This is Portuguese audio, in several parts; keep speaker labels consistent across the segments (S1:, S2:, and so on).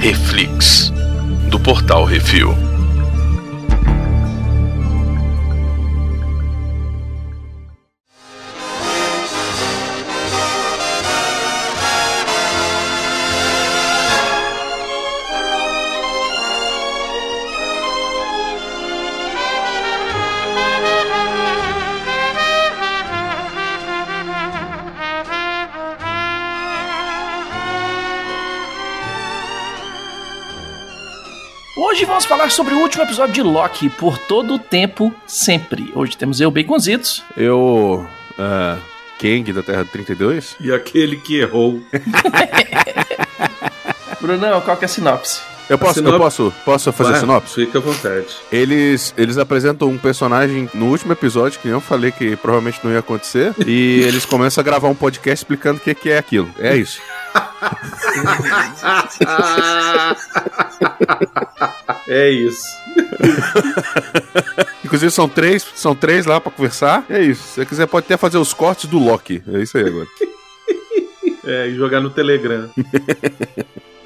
S1: Reflix, do portal Refil.
S2: Hoje vamos falar sobre o último episódio de Loki, por todo o tempo, sempre. Hoje temos eu, Baconzitos.
S3: Eu. ah, Kang da Terra 32?
S4: E aquele que errou.
S2: Brunão, qual que é a sinopse?
S3: Eu posso,
S4: sinop-
S3: eu posso, posso fazer
S4: Vai,
S3: sinopse?
S4: Fica à vontade.
S3: Eles, eles apresentam um personagem no último episódio, que eu falei que provavelmente não ia acontecer, e eles começam a gravar um podcast explicando o que, que é aquilo. É isso.
S4: é isso.
S3: Inclusive, são três, são três lá pra conversar. É isso. Se você quiser, pode até fazer os cortes do Loki. É isso aí agora.
S4: É, e jogar no Telegram.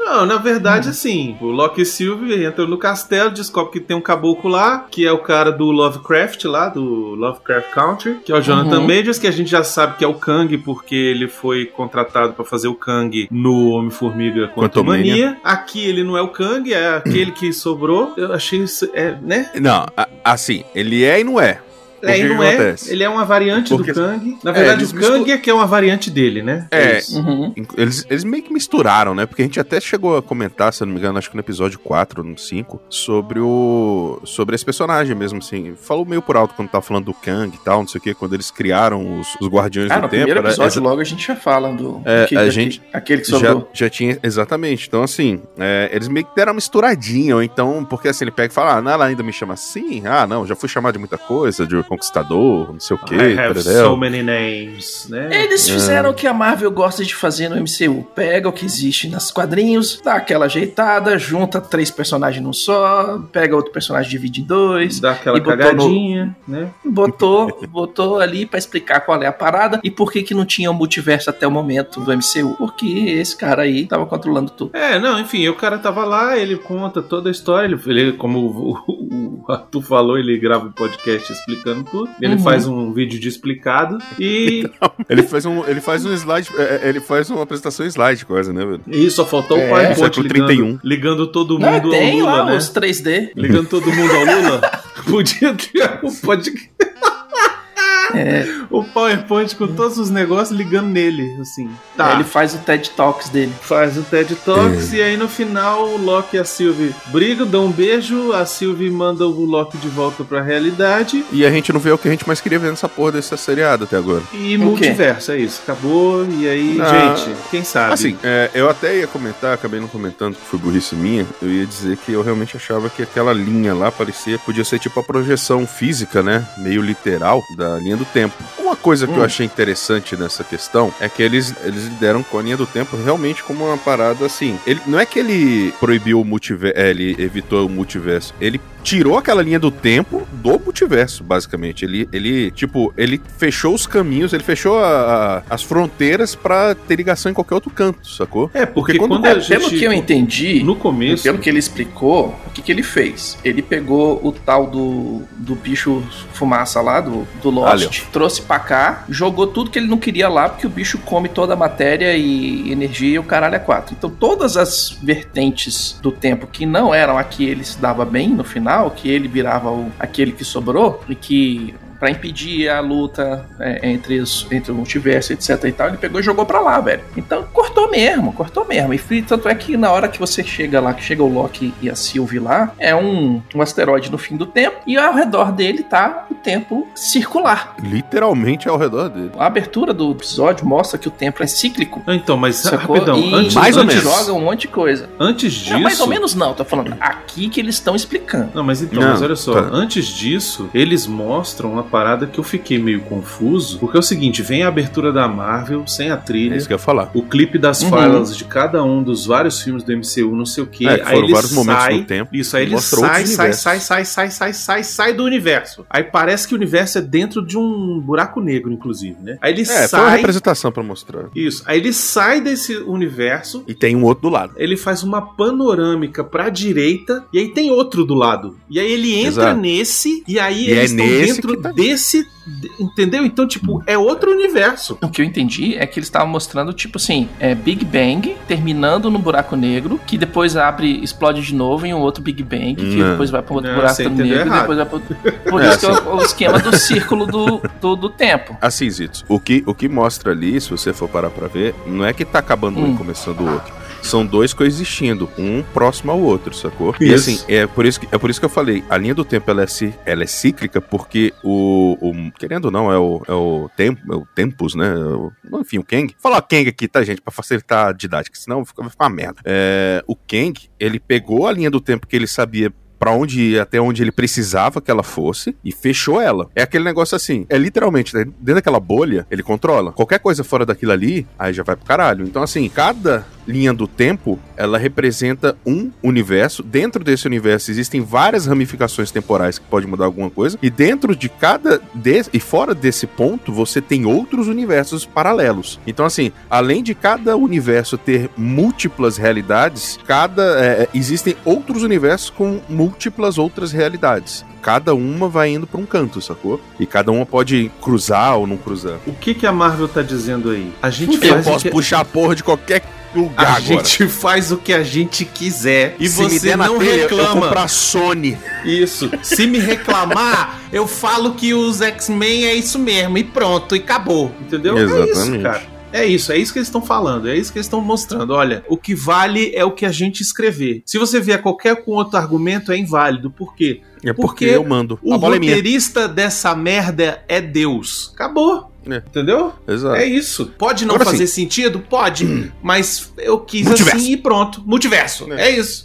S4: Não, na verdade, assim, o Loki Silver entra no castelo, descobre que tem um caboclo lá, que é o cara do Lovecraft lá, do Lovecraft Country, que é o Jonathan
S2: Uhum.
S4: Majors, que a gente já sabe que é o Kang, porque ele foi contratado pra fazer o Kang no Homem-Formiga
S3: Quantumania.
S4: Quantumania. Aqui ele não é o Kang, é aquele que sobrou. Eu achei isso, é, né?
S3: Não, a- assim, ele é e não é. Porque
S4: É, ele
S3: que
S4: não é.
S3: acontece?
S4: Ele é uma variante
S3: Porque-
S4: do Kang. Na verdade,
S3: eles
S4: o Kang é que é uma variante dele, né?
S3: É.
S4: isso.
S2: Uhum.
S3: Inc- Eles, eles meio que misturaram, né? Porque a gente até chegou a comentar, se eu não me engano, acho que no episódio 4, no 5, sobre o. sobre esse personagem mesmo, assim. Falou meio por alto quando tava falando do Kang e tal, não sei o quê, quando eles criaram os, os Guardiões
S2: Ah,
S3: do
S2: no
S3: Tempo. né?
S2: primeiro
S3: era-
S2: episódio logo a gente já fala do...
S3: É,
S2: que-
S3: a
S2: daque-
S3: gente
S2: Aquele que
S3: já,
S2: sobrou.
S3: já tinha. Exatamente. Então, assim, é, eles meio que deram uma misturadinha, ou então, porque assim, ele pega e fala, ah, não, ela ainda me chama assim? Ah, não, já fui chamado de muita coisa, de conquistador, não sei o
S2: Ah,
S3: quê.
S2: é,
S3: tá
S4: I have
S3: tararel."
S4: so many names, né?
S2: Eles
S3: É.
S2: fizeram o que a Marvel gosta de fazer no MCU. Pega o que existe nos quadrinhos, dá aquela ajeitada, junta três personagens num só, pega outro personagem divide em dois,
S4: Dá
S2: E
S4: aquela
S2: botou
S4: cagadinha, né?
S2: botou, botou ali pra explicar qual é a parada e por que que não tinha o multiverso até o momento do MCU. Porque esse cara aí tava controlando tudo.
S4: É, não, enfim, o cara tava lá, ele conta toda a história, ele, ele como o, o, o Arthur falou, ele grava um podcast explicando tudo, ele
S2: Uhum.
S4: faz um vídeo de explicado e,
S3: Ele faz um. Ele faz um slide. é, é, Ele faz uma apresentação slide, quase, né, velho?
S4: e só faltou
S2: É,
S4: o PowerPoint
S3: século 31.
S4: ligando, ligando todo
S2: Não,
S4: mundo ao
S2: tem
S4: Lula,
S2: lá
S4: né?
S2: os 3D.
S4: Ligando todo mundo ao Lula, podia ter um podcast
S2: É,
S4: o PowerPoint com todos os negócios ligando nele, assim.
S2: aí
S4: Tá. É.
S2: Ele faz o TED Talks dele.
S4: faz o TED Talks e aí no final o Loki e a Sylvie brigam, dão um beijo, a Sylvie manda o Loki de volta pra realidade
S3: E a gente não vê o que a gente mais queria ver nessa porra dessa seriado até agora.
S4: e
S2: O quê?
S4: multiverso, é isso. Acabou e aí,
S3: Ah.
S4: gente, quem sabe?
S3: Assim, é, eu até ia comentar, acabei não comentando, que foi burrice minha. Eu ia dizer que eu realmente achava que aquela linha lá parecia, podia ser tipo a projeção física, né? Meio literal da linha do tempo. Uma coisa que eu
S2: Hum.
S3: achei interessante nessa questão é que eles, eles lideram com a linha do tempo realmente como uma parada assim. Ele, não é que ele proibiu o multiverso, ele evitou o multiverso. Ele tirou aquela linha do tempo do multiverso, basicamente. Ele, ele tipo, ele fechou os caminhos, ele fechou a- a- as fronteiras pra ter ligação em qualquer outro canto, sacou?
S4: é, porque,
S3: porque
S4: quando,
S3: quando-
S4: a
S2: É,
S4: gente...
S2: pelo que eu entendi,
S4: No começo...
S2: pelo que ele explicou, o que, que ele fez? Ele pegou o tal do, do bicho fumaça lá, do, do Lost, trouxe pra cá, jogou tudo que ele não queria lá, porque o bicho come toda a matéria e energia e o caralho é quatro. Então todas as vertentes do tempo que não eram a que ele se dava bem no final, que ele virava o, aquele que sobrou e que... Pra impedir a luta é, entre, os, entre o multiverso, etc e tal, ele pegou e jogou pra lá, velho. Então cortou mesmo, cortou mesmo. E fi- tanto é que na hora que você chega lá, que chega o Loki e a Sylvie lá, é um, um asteroide no fim do tempo e ao redor dele tá o tempo circular.
S3: Literalmente ao redor dele.
S2: A abertura do episódio mostra que o tempo é cíclico.
S4: Ah, Então, mas
S2: Sacou?
S4: rapidão,
S2: e
S4: antes,
S3: Mais ou
S2: eles
S4: antes,
S3: menos.
S2: joga um monte de coisa.
S4: antes disso...
S2: Não, mais ou menos não, tô falando aqui que eles estão explicando.
S4: Não, mas então,
S3: Não,
S4: mas olha só,
S3: tá.
S4: antes disso, eles mostram a parada que eu fiquei meio confuso, porque é o seguinte, vem a abertura da Marvel sem a trilha.
S3: É isso que eu ia falar.
S4: O clipe das uhum. falas de cada um dos vários filmes do MCU, não sei o que.
S3: É, que
S4: aí
S3: foram
S4: ele
S3: vários momentos
S4: sai,
S3: no tempo.
S4: Isso, aí ele
S3: Mostra
S4: sai,
S3: outros
S4: sai,
S3: universos.
S4: sai, sai, sai, sai, sai, sai do universo. Aí parece que o universo é dentro de um buraco negro, inclusive, né? Aí ele
S3: É, foi uma
S4: sai.
S3: representação pra mostrar.
S4: Isso. Aí ele sai desse universo,
S3: E tem um outro do lado.
S4: ele faz uma panorâmica pra direita, e aí tem outro do lado. E aí ele entra
S3: Exato.
S4: nesse, e aí
S3: E é
S4: eles estão
S3: nesse
S4: dentro
S3: que tá- Hum.
S4: desse. de- Entendeu? Então, tipo, é outro universo.
S2: O que eu entendi é que eles estavam mostrando, tipo assim, é Big Bang terminando no buraco negro, que depois abre, explode de novo em um outro Big Bang, que
S3: Não.
S2: depois vai pra um outro
S4: Não,
S2: buraco
S4: você entendeu
S2: negro e
S4: errado.
S2: depois vai pra outro. Por
S3: É,
S2: isso que é o, o esquema do círculo do, do, do tempo.
S3: Assim, Zitos, o que, o que mostra ali, se você for parar pra ver, não é que tá acabando um
S2: Hum.
S3: e começando o outro. São dois coexistindo, um próximo ao outro, sacou? E
S4: Isso.
S3: assim, é por isso que, é por isso que eu falei, a linha do tempo ela é, ci- ela é cíclica porque o, o- Querendo ou não, é o, é o tempo, é o tempos, né? É o- enfim, o Kang. Vou falar Kang aqui, tá, gente? Pra facilitar a didática, senão fica- vai ficar uma merda. É, o Kang, ele pegou a linha do tempo que ele sabia Pra onde ia, até onde ele precisava que ela fosse e fechou ela. É aquele negócio assim, é literalmente, né, dentro daquela bolha, ele controla. Qualquer coisa fora daquilo ali, aí já vai pro caralho. Então assim, cada linha do tempo, ela representa um universo. Dentro desse universo existem várias ramificações temporais que pode mudar alguma coisa e dentro de cada de- e fora desse ponto, você tem outros universos paralelos. Então assim, além de cada universo ter múltiplas realidades, cada é, é, existem outros universos com múltiplas outras realidades. Cada uma vai indo pra um canto, sacou? E cada uma pode cruzar ou não cruzar.
S4: O que, que a Marvel tá dizendo aí? A gente
S3: Eu
S4: faz. o
S3: posso
S4: que...
S3: puxar a porra de qualquer
S4: A
S3: lugar agora.
S4: gente faz o que a gente quiser. E
S3: Se me
S4: você
S3: der na
S4: não
S3: telha, Eu
S4: reclama.
S3: compro a Sony.
S4: Isso. Se me reclamar, eu falo que os X-Men é isso mesmo. E pronto, e acabou. Entendeu? É isso,
S3: Exatamente.
S4: cara. É isso, é isso que eles estão falando, é isso que eles estão mostrando. Olha, o que vale é o que a gente escrever. Se você vier qualquer com outro argumento, é inválido. Por quê?
S3: É porque
S4: Porque
S3: eu mando.
S4: O
S3: a bola é minha.
S4: roteirista dessa merda é Deus. Acabou.
S3: É.
S4: Entendeu?
S3: Exato.
S4: É isso. Pode não
S3: Agora
S4: fazer sentido? Pode. Mas eu quis
S3: Multiverso.
S4: assim e pronto. Multiverso. É, isso.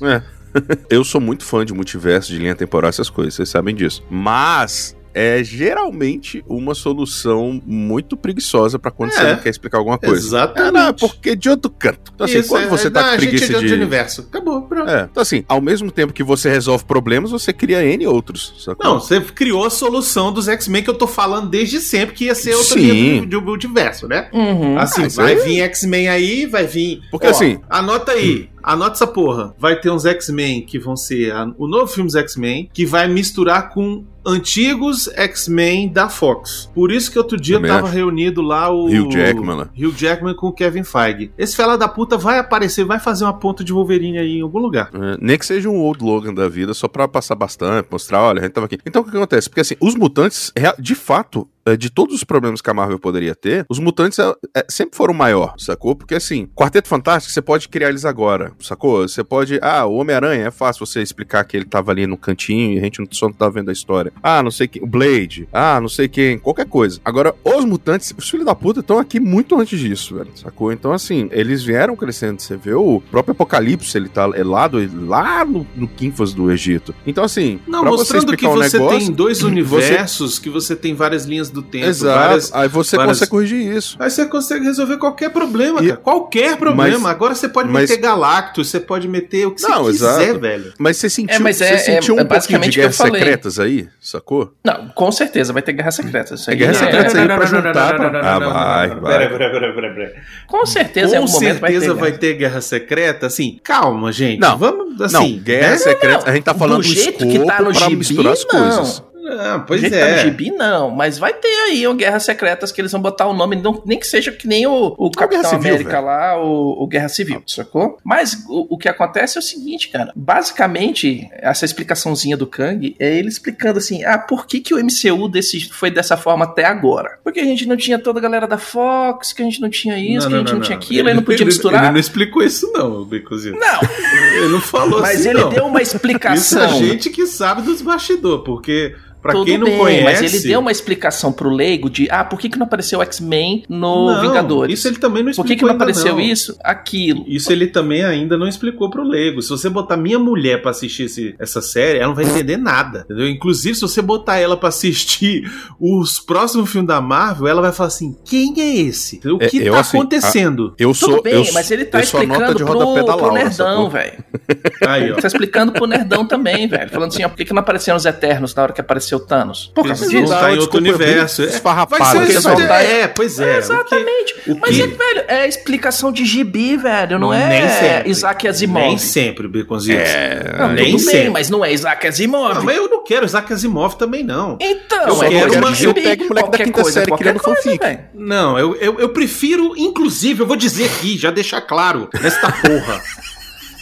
S3: Eu sou muito fã de multiverso, de linha temporal, essas coisas, vocês sabem disso. Mas é geralmente uma solução muito preguiçosa pra quando
S4: É.
S3: você não quer explicar alguma coisa. Ah,
S4: Exatamente.
S3: não, é porque de outro canto. Então, assim,
S4: Isso,
S3: quando
S4: é-
S3: você tá
S4: não,
S3: com
S4: a gente é
S3: preguiça
S4: de outro
S3: de.
S4: universo. Acabou, pronto.
S3: É. Então, assim, ao mesmo tempo que você resolve problemas, você cria N outros. Sacou?
S4: Não, você criou a solução dos X-Men que eu tô falando desde sempre que ia ser outra
S3: Sim.
S4: linha de, de multiverso, né?
S2: Uhum.
S4: Assim,
S3: Ah, isso
S4: vai
S3: aí-
S4: vir X-Men aí, vai vir.
S3: Porque, assim-
S4: Anota aí, anota essa porra. Vai ter uns X-Men que vão ser a- o novo filme dos X-Men, que vai misturar com antigos X-Men da Fox. Por isso que outro dia eu
S3: Também
S4: tava
S3: acho.
S4: reunido lá o.
S3: Hugh Jackman lá.
S4: Hugh Jackman com o Kevin Feige. Esse fela da puta vai aparecer, vai fazer uma ponta de Wolverine aí em algum lugar.
S3: É, nem que seja um old Logan da vida, só pra passar bastante, mostrar, olha, a gente tava aqui. Então o que acontece? Porque assim, os mutantes, rea- de fato, é, de todos os problemas que a Marvel poderia ter, os mutantes é, é, sempre foram o maior, sacou? Porque assim, Quarteto Fantástico, você pode criar eles agora, sacou? Você pode. Ah, o Homem-Aranha é fácil você explicar que ele tava ali no cantinho e a gente não- só não tá vendo a história. Ah, não sei quem. O Blade. Ah, não sei quem. Qualquer coisa. Agora, os mutantes, os filhos da puta, estão aqui muito antes disso, velho, sacou? Então, assim, eles vieram crescendo. Você vê o próprio Apocalipse, ele tá é lá, do, lá no, no Quinfas do Egito. Então, assim,
S4: Não,
S3: pra
S4: mostrando que
S3: explicar um
S4: você
S3: negócio-
S4: tem dois
S3: você-
S4: universos, que você tem várias linhas do tempo,
S3: Exato.
S4: várias.
S3: aí você
S4: várias-
S3: consegue corrigir isso.
S4: Aí você consegue resolver qualquer problema,
S3: E-
S4: cara. Qualquer problema.
S3: Mas-
S4: Agora você pode
S3: mas-
S4: meter Galactus, você pode meter o que
S3: Não,
S4: você quiser,
S3: exato.
S4: velho.
S3: Mas você sentiu,
S2: É, mas é-
S3: você sentiu
S2: é- é
S3: um pouquinho
S2: basicamente o
S3: de
S2: que eu
S3: guerras
S2: falei.
S3: secretas aí, sacou?
S2: Não, com certeza, vai ter guerra secreta. Isso
S3: É
S2: aí
S3: guerra
S2: é-
S3: secreta. aí pra juntar pra- Ah, vai, vai.
S4: Pera, pera, pera, pera, pera.
S2: Com certeza, em
S4: Com
S2: algum momento vai ter.
S4: certeza
S2: guerra.
S4: vai ter guerra secreta. Assim, calma, gente.
S3: Não.
S4: Vamos, assim...
S3: não, guerra
S4: né?
S3: secreta, a gente tá falando
S2: do
S3: do
S2: jeito
S3: escopo
S2: que tá no
S3: pra
S2: gibi,
S3: misturar as
S2: não.
S3: coisas.
S4: Ah, pois
S2: Do jeito que tá no
S4: é.
S2: gibi, não, mas vai ter aí uma Guerras Secretas que eles vão botar o nome, não- nem que seja que nem o, o Capitão
S3: Guerra Civil,
S2: América
S3: velho.
S2: lá, o, o Guerra Civil, sacou? Mas o, o que acontece é o seguinte, cara, basicamente, essa explicaçãozinha do Kang é ele explicando assim, ah, por que que o MCU desse, foi dessa forma até agora? Porque a gente não tinha toda a galera da Fox, que a gente não tinha isso, que a gente não, tinha aquilo, aí não podia
S4: ele-
S2: misturar.
S4: Ele não explicou isso, não, Bicozinho.
S2: Não,
S4: Ele não falou
S2: mas
S4: assim,
S2: ele
S4: não.
S2: deu uma
S4: Isso é
S2: explicação.
S4: gente que sabe dos bastidores, porque Pra
S2: Tudo
S4: quem não
S2: bem,
S4: conhece.
S2: mas ele deu uma explicação pro leigo de, ah, por que, que não apareceu o X-Men no
S4: Não,
S2: Vingadores?
S4: Isso ele também não
S2: Por
S4: explicou.
S2: que, que não
S4: ainda
S2: apareceu
S4: não.
S2: isso? Aquilo.
S4: Isso ele também ainda não explicou pro leigo. Se você botar minha mulher pra assistir esse- essa série, ela não vai entender nada, entendeu? Inclusive, se você botar ela pra assistir os próximos filmes da Marvel, ela vai falar assim: quem é esse? O
S3: É,
S4: que
S3: eu,
S4: tá
S3: assim,
S4: acontecendo?
S3: Eu
S2: Tudo
S3: sou.
S2: bem,
S3: eu,
S2: mas ele tá
S3: eu sou a nota
S2: explicando
S3: de
S2: pro,
S3: rodapé da
S2: pro
S3: Laura,
S2: nerdão,
S3: sacou?
S2: velho.
S4: Aí, ó.
S2: Ele tá explicando pro nerdão também, velho. Falando assim, ó, por que, que não apareceram os Eternos na hora que apareceu o Thanos? Por causa
S4: Eles
S2: disso.
S4: tá em outro universo. É.
S3: Esfarrapado.
S4: Vai ser
S2: porque
S4: isso,
S2: não tá-
S4: É, pois é.
S2: Exatamente.
S4: O que, o
S2: Mas,
S4: que-
S2: é, velho, é explicação de gibi, velho. Não é
S4: Nem sempre.
S2: Isaac Asimov.
S4: Nem sempre, Beconzitos.
S3: É,
S2: Não,
S3: aí-
S2: tudo
S4: nem
S2: bem,
S4: sempre.
S2: mas não é Isaac Asimov.
S4: Não, mas eu não quero Isaac Asimov também, não.
S2: Então,
S4: Eu
S2: é
S4: quero
S2: coisa
S4: uma-
S2: de
S4: eu
S2: gibi,
S3: pego o moleque da
S2: qualquer
S3: quinta série
S2: qualquer
S3: criando
S2: coisa,
S3: fanfic.
S2: velho.
S4: Não, eu, eu, eu prefiro, inclusive, eu vou dizer aqui, já deixar claro, nesta porra.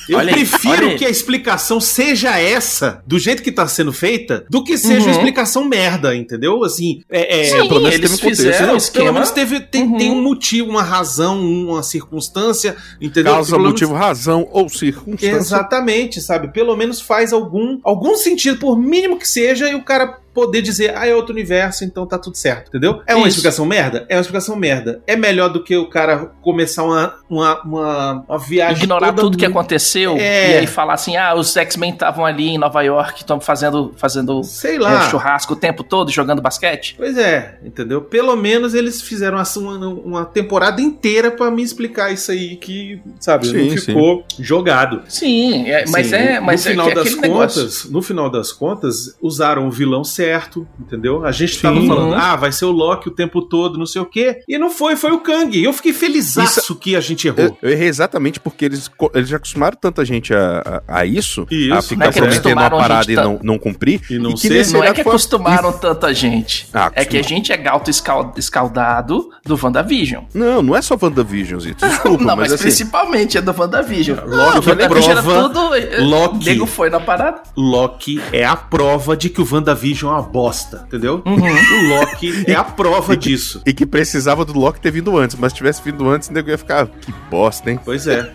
S4: Eu
S2: Olha aí, olha
S4: prefiro
S2: aí.
S4: que a explicação seja essa, do jeito que tá sendo feita, do que seja
S2: Uhum.
S4: uma explicação merda, entendeu? Assim, é. é
S2: Sim,
S3: pelo menos
S2: eles
S3: teve um contexto.
S2: fizeram um
S4: Pelo
S2: esquema.
S4: menos teve, tem,
S2: Uhum.
S4: tem um motivo, uma razão, uma circunstância, entendeu?
S3: Causa,
S4: Pelo menos-
S3: motivo, razão ou circunstância.
S4: Exatamente, sabe? Pelo menos faz algum, algum sentido, por mínimo que seja, e o cara poder dizer, ah, é outro universo, então tá tudo certo, entendeu? É uma
S2: Isso.
S4: explicação merda? É uma explicação merda. É melhor do que o cara começar uma, uma, uma, uma viagem
S2: Ignorar
S4: toda
S2: tudo que
S4: muito-
S2: aconteceu
S4: É.
S2: e aí falar assim: ah, os X-Men estavam ali em Nova York, estão fazendo, fazendo
S4: Sei
S2: é,
S4: lá.
S2: churrasco o tempo todo, jogando basquete.
S4: Pois é, entendeu? Pelo menos eles fizeram assim, uma, uma temporada inteira pra me explicar isso aí que, sabe,
S3: Sim,
S4: não
S3: sim.
S4: ficou jogado.
S2: Sim, é, mas
S4: Sim,
S2: é, mas é,
S4: no final
S2: é
S4: das
S2: aquele
S4: contas,
S2: negócio.
S4: no final das contas, usaram o vilão certo, entendeu? A gente tava
S2: Sim.
S4: falando, ah, vai ser o Loki o tempo todo, não sei o quê, e não foi, foi o Kang. E eu fiquei felizaço que a gente errou.
S3: Eu, eu errei exatamente porque eles, co- eles já acostumaram tanta gente a, a, a isso,
S4: Isso.
S3: a
S4: Não
S3: ficar
S4: é que
S3: prometendo uma
S2: acostumaram a
S3: parada
S2: gente
S3: e
S2: tá-
S3: não, não cumprir.
S4: E não
S3: e que
S4: ser-
S3: nesse
S2: Não é
S3: lugar
S2: que
S3: foi-
S2: acostumaram tanta gente.
S3: Ah,
S2: É que a
S3: acostumado.
S2: gente é gato escal- escaldado do Wandavision.
S3: Não, não é só WandaVision, Zito. Desculpa,
S2: não,
S3: mas,
S2: mas,
S3: assim.
S2: principalmente é do WandaVision.
S4: Logo
S2: Não,
S4: foi
S2: o WandaVision era
S4: prova,
S2: tudo. é,
S4: Loki.
S2: O nego foi na parada.
S4: Loki é a prova de que o WandaVision é uma bosta, entendeu? O Loki é a prova disso.
S3: Uhum. E que precisava do Loki ter vindo antes, mas se tivesse vindo antes, o nego ia ficar. "Ah, Que bosta, hein?
S4: Pois é.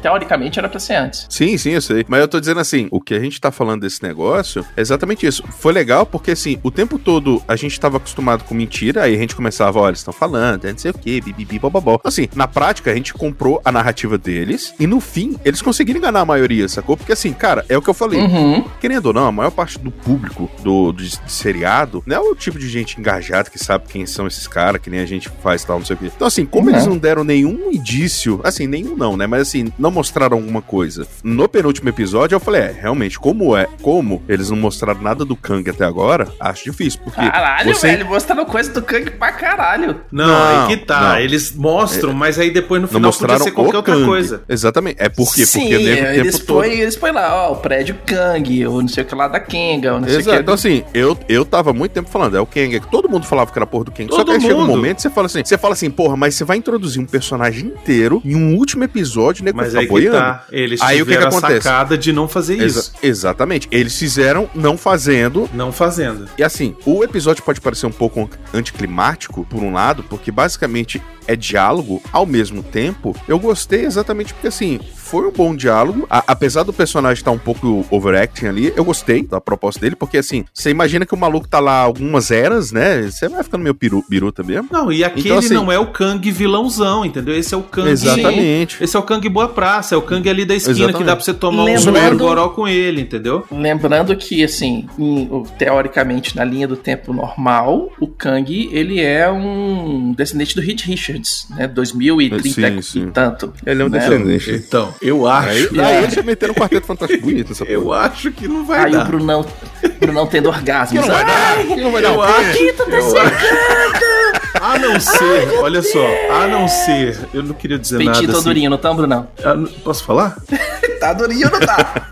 S2: Teoricamente era pra ser antes.
S3: Sim, sim, eu sei. Mas eu tô dizendo assim, o que a gente tá falando desse negócio é exatamente isso. Foi legal porque, assim, o tempo todo a gente tava acostumado com mentira, aí a gente começava, olha, eles estão falando, é não sei o quê, bibibi, bobobó. Assim, na prática, a gente comprou a narrativa deles e, no fim, eles conseguiram enganar a maioria, sacou? Porque, assim, cara, é o que eu falei.
S2: Uhum.
S3: Querendo ou não, a maior parte do público do, do s- seriado não é o tipo de gente engajada que sabe quem são esses caras, que nem a gente faz tal, não sei o quê. Então, assim, como
S2: Não.
S3: eles não deram nenhum indício, assim, nenhum não, né? Mas assim, não mostraram alguma coisa. No penúltimo episódio, eu falei, é, realmente, como é, como eles não mostraram nada do Kang até agora, acho difícil, porque.
S2: Caralho,
S3: você-
S2: velho. Mostrando coisa do Kang pra caralho.
S4: Não,
S3: Não,
S4: aí que tá.
S3: não. É,
S4: Eles mostram, mas aí depois no
S3: Não
S4: final podia
S3: mostraram
S4: ser qualquer
S3: o
S4: outra
S3: Kang.
S4: coisa.
S3: Exatamente. É por quê?
S2: Sim,
S3: porque nego o
S2: eles
S3: tempo todo.
S2: põem, eles põem lá, ó, o prédio Kang, ou não sei o que lá da Kenga, ou não sei o
S3: Exato.
S2: que.
S3: Então, assim, eu, eu tava há muito tempo falando, é o Kang. é que Todo mundo falava que era a porra do Kang. Só
S4: Todo
S3: que aí chega um
S4: mundo.
S3: momento que você fala assim, você fala assim, porra, mas você vai introduzir um personagem inteiro em um último episódio, né?
S4: Mas
S3: vai
S4: aí
S3: ficar
S4: que
S3: boiando.
S4: tá. Eles
S3: Aí o que que
S4: tiveram a
S3: acontece?
S4: sacada de não fazer
S3: Exa-
S4: isso.
S3: exatamente. Eles fizeram não fazendo.
S4: Não fazendo.
S3: E assim, o episódio pode parecer um pouco anticlimático, por um lado, porque basicamente é diálogo. Ao mesmo tempo, eu gostei exatamente porque, assim, foi um bom diálogo. A- apesar do personagem estar um pouco overacting ali, eu gostei da proposta dele, porque, assim, você imagina que o maluco tá lá algumas eras, né? Você vai ficando meio peru- biruta mesmo.
S4: Não, e aquele
S3: Então, assim-
S4: não é o Kang vilãozão, entendeu? Esse é o Kang.
S3: Exatamente.
S4: Esse é o Kang Boa Praça, é o Kang ali da esquina
S3: Exatamente.
S4: que dá pra você tomar um
S2: Lembrando-
S4: goró com ele, entendeu?
S2: Lembrando que, assim, em- o- teoricamente, na linha do tempo normal, o Kang, ele é um descendente do Reed Richards, né? 2030
S3: Sim,
S2: e
S3: sim.
S2: tanto.
S3: Ele é um
S2: Né?
S3: descendente.
S4: Então, eu
S3: Aí,
S4: acho.
S3: aí eles já meteram um quarteto fantástico bonito essa porra.
S4: Eu acho que não vai
S2: Aí o
S4: dar.
S2: Brunão, Brunão tendo orgasmos.
S3: Que não vai dar, que não vai dar.
S4: Eu acho. eu acho. A não ser, olha só, a não ser, eu não queria dizer
S2: Peitinho
S4: nada.
S2: todo
S4: Assim,
S2: durinho, não tá, Brunão?
S4: Ah, não- posso falar?
S2: Tá durinho não tá?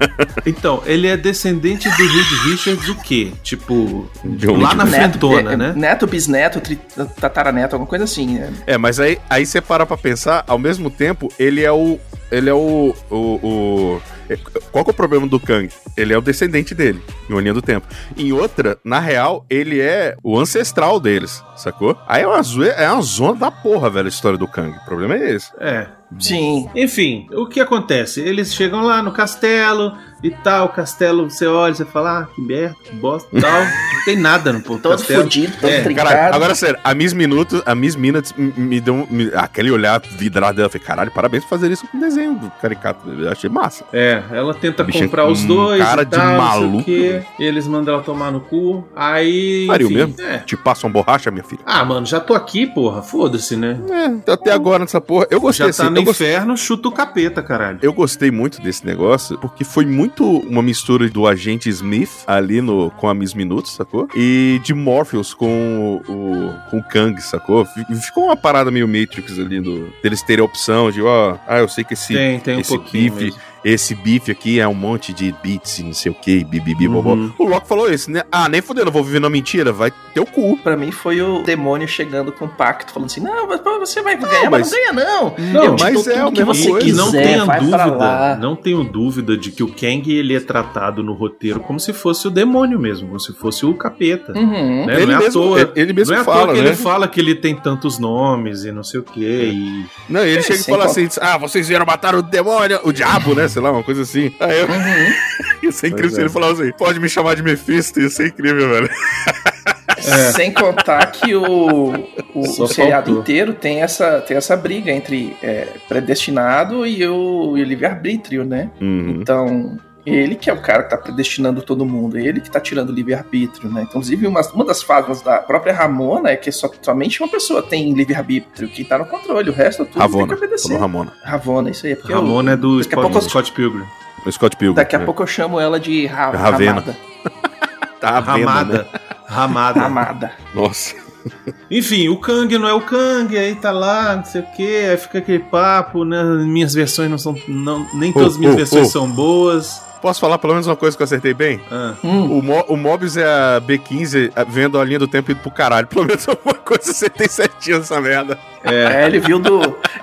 S4: Então, ele é descendente do Reed Richards, o quê? Tipo,
S3: De um-
S4: lá na frentona,
S2: é,
S4: né?
S2: Neto, bisneto, tri- tataraneto, alguma coisa assim. né?
S3: É, mas aí, aí você para pra pensar, ao mesmo tempo, ele é o. Ele é o. o, o- é, qual que é o problema do Kang? Ele é o descendente dele, em uma linha do tempo. Em outra, na real, ele é o ancestral deles, sacou? Aí é uma, zoe- é uma zona da porra, velho, a história do Kang. O problema é esse.
S4: É,
S2: Sim.
S4: Enfim, o que acontece? Eles chegam lá no castelo e tal, castelo, você olha, você fala, ah, que merda, que bosta e tal. Não tem nada no pô,
S2: Todo
S4: castelo.
S2: fudido, todo
S4: É,
S2: trincado.
S3: Caralho, agora sério, a Miss Minutos, a Miss Minutes m- me deu um- me- aquele olhar vidrado dela. Eu Falei, caralho, parabéns por fazer isso com o desenho do caricato. Eu achei massa.
S4: É, ela tenta
S3: Bicho,
S4: comprar
S3: um
S4: os dois
S3: cara
S4: e
S3: de
S4: tal, não sei o
S3: maluco,
S4: quê.
S3: velho.
S4: Eles mandam ela tomar no cu, aí...
S3: Pariu
S4: enfim,
S3: mesmo?
S4: É.
S3: Te passa uma borracha, minha filha.
S4: Ah, mano, já tô aqui, porra, foda-se, né?
S3: É, até agora nessa porra. Eu gostei
S4: Já
S3: assim,
S4: tá
S3: eu
S4: no
S3: gostei.
S4: inferno, chuta o capeta, caralho.
S3: Eu gostei muito desse negócio, porque foi muito uma mistura do agente Smith ali no, com a Miss Minutos, sacou? E de Morpheus com o, o- com o Kang, sacou? Fi- Ficou uma parada meio Matrix ali, do, deles terem a opção de, ó, ah, eu sei que esse
S4: tem, tem um
S3: esse
S4: pouquinho
S3: bife,
S4: mesmo.
S3: esse bife aqui é um monte de bits, e não sei o que, bibibi, bobó.
S4: Uhum.
S3: O Loki falou isso, né? Ah, nem fodendo, eu vou viver na mentira, vai ter o cu.
S2: Pra mim foi o demônio chegando com o pacto, falando assim: Não, mas pô, você vai ganhar, mas
S3: mas-
S2: não ganha, não.
S4: Não,
S2: te
S3: mas
S2: dou
S3: é
S2: tudo
S3: a
S2: que
S3: mesma
S2: você
S3: coisa.
S4: E Tipo assim, não
S2: quiser,
S4: tenho
S2: vai pra
S4: dúvida,
S2: lá.
S4: não tenho dúvida de que o Kang ele é tratado no roteiro como se fosse o demônio mesmo, como se fosse o capeta.
S2: Uhum.
S4: Né? não é à toa.
S3: ele, ele mesmo
S4: não é à toa
S3: fala,
S4: que
S3: né?
S4: ele fala que ele tem tantos nomes e não sei o quê. E...
S3: Não, ele
S2: É,
S3: chega e
S2: sem
S3: fala
S2: qual-
S3: assim: ah, vocês vieram matar o demônio, o diabo, né? Sei lá, uma coisa assim. Aí eu,
S2: Uhum.
S3: isso é incrível.
S4: Pois é.
S3: Ele falava assim: pode me chamar de Mephisto, isso é incrível, velho.
S4: É.
S2: Sem contar que o, o,
S4: Só
S2: o seriado
S4: faltou.
S2: inteiro tem essa, tem essa briga entre é, predestinado e o, e o livre-arbítrio, né?
S3: Uhum.
S2: Então, ele que é o cara que tá predestinando todo mundo, ele que tá tirando o livre-arbítrio, né? Inclusive, uma, uma das falas da própria Ramona é que só, somente uma pessoa tem livre-arbítrio, que tá no controle, o resto tudo tem que
S3: Ravona, falou
S2: obedecer.
S3: Ramona.
S2: Ravona, isso aí. é Porque eu-
S4: Ramona é do
S2: daqui a
S4: Scott,
S2: pouco eu-
S4: Scott Pilgrim.
S3: O Scott Pilgrim.
S2: daqui a
S3: né?
S2: pouco eu chamo ela de Ra
S3: É Ravena.
S2: Ramada.
S3: Tá vendo,
S4: Ramada.
S3: né?
S4: Ramada.
S2: Ramada.
S3: Nossa.
S4: Enfim, o Kang não é o Kang, aí tá lá, não sei o quê, aí fica aquele papo, né? Minhas versões não são. Não, nem todas as minhas
S3: oh,
S4: versões
S3: oh.
S4: são boas.
S3: Posso falar pelo menos uma coisa que eu acertei bem?
S4: Ah,
S2: Hum,
S3: O, Mo o Mobius é a B15 a- vendo a linha do tempo indo pro caralho. Pelo menos alguma coisa você tem certinho nessa merda.
S4: é.
S2: Aí ele viu do,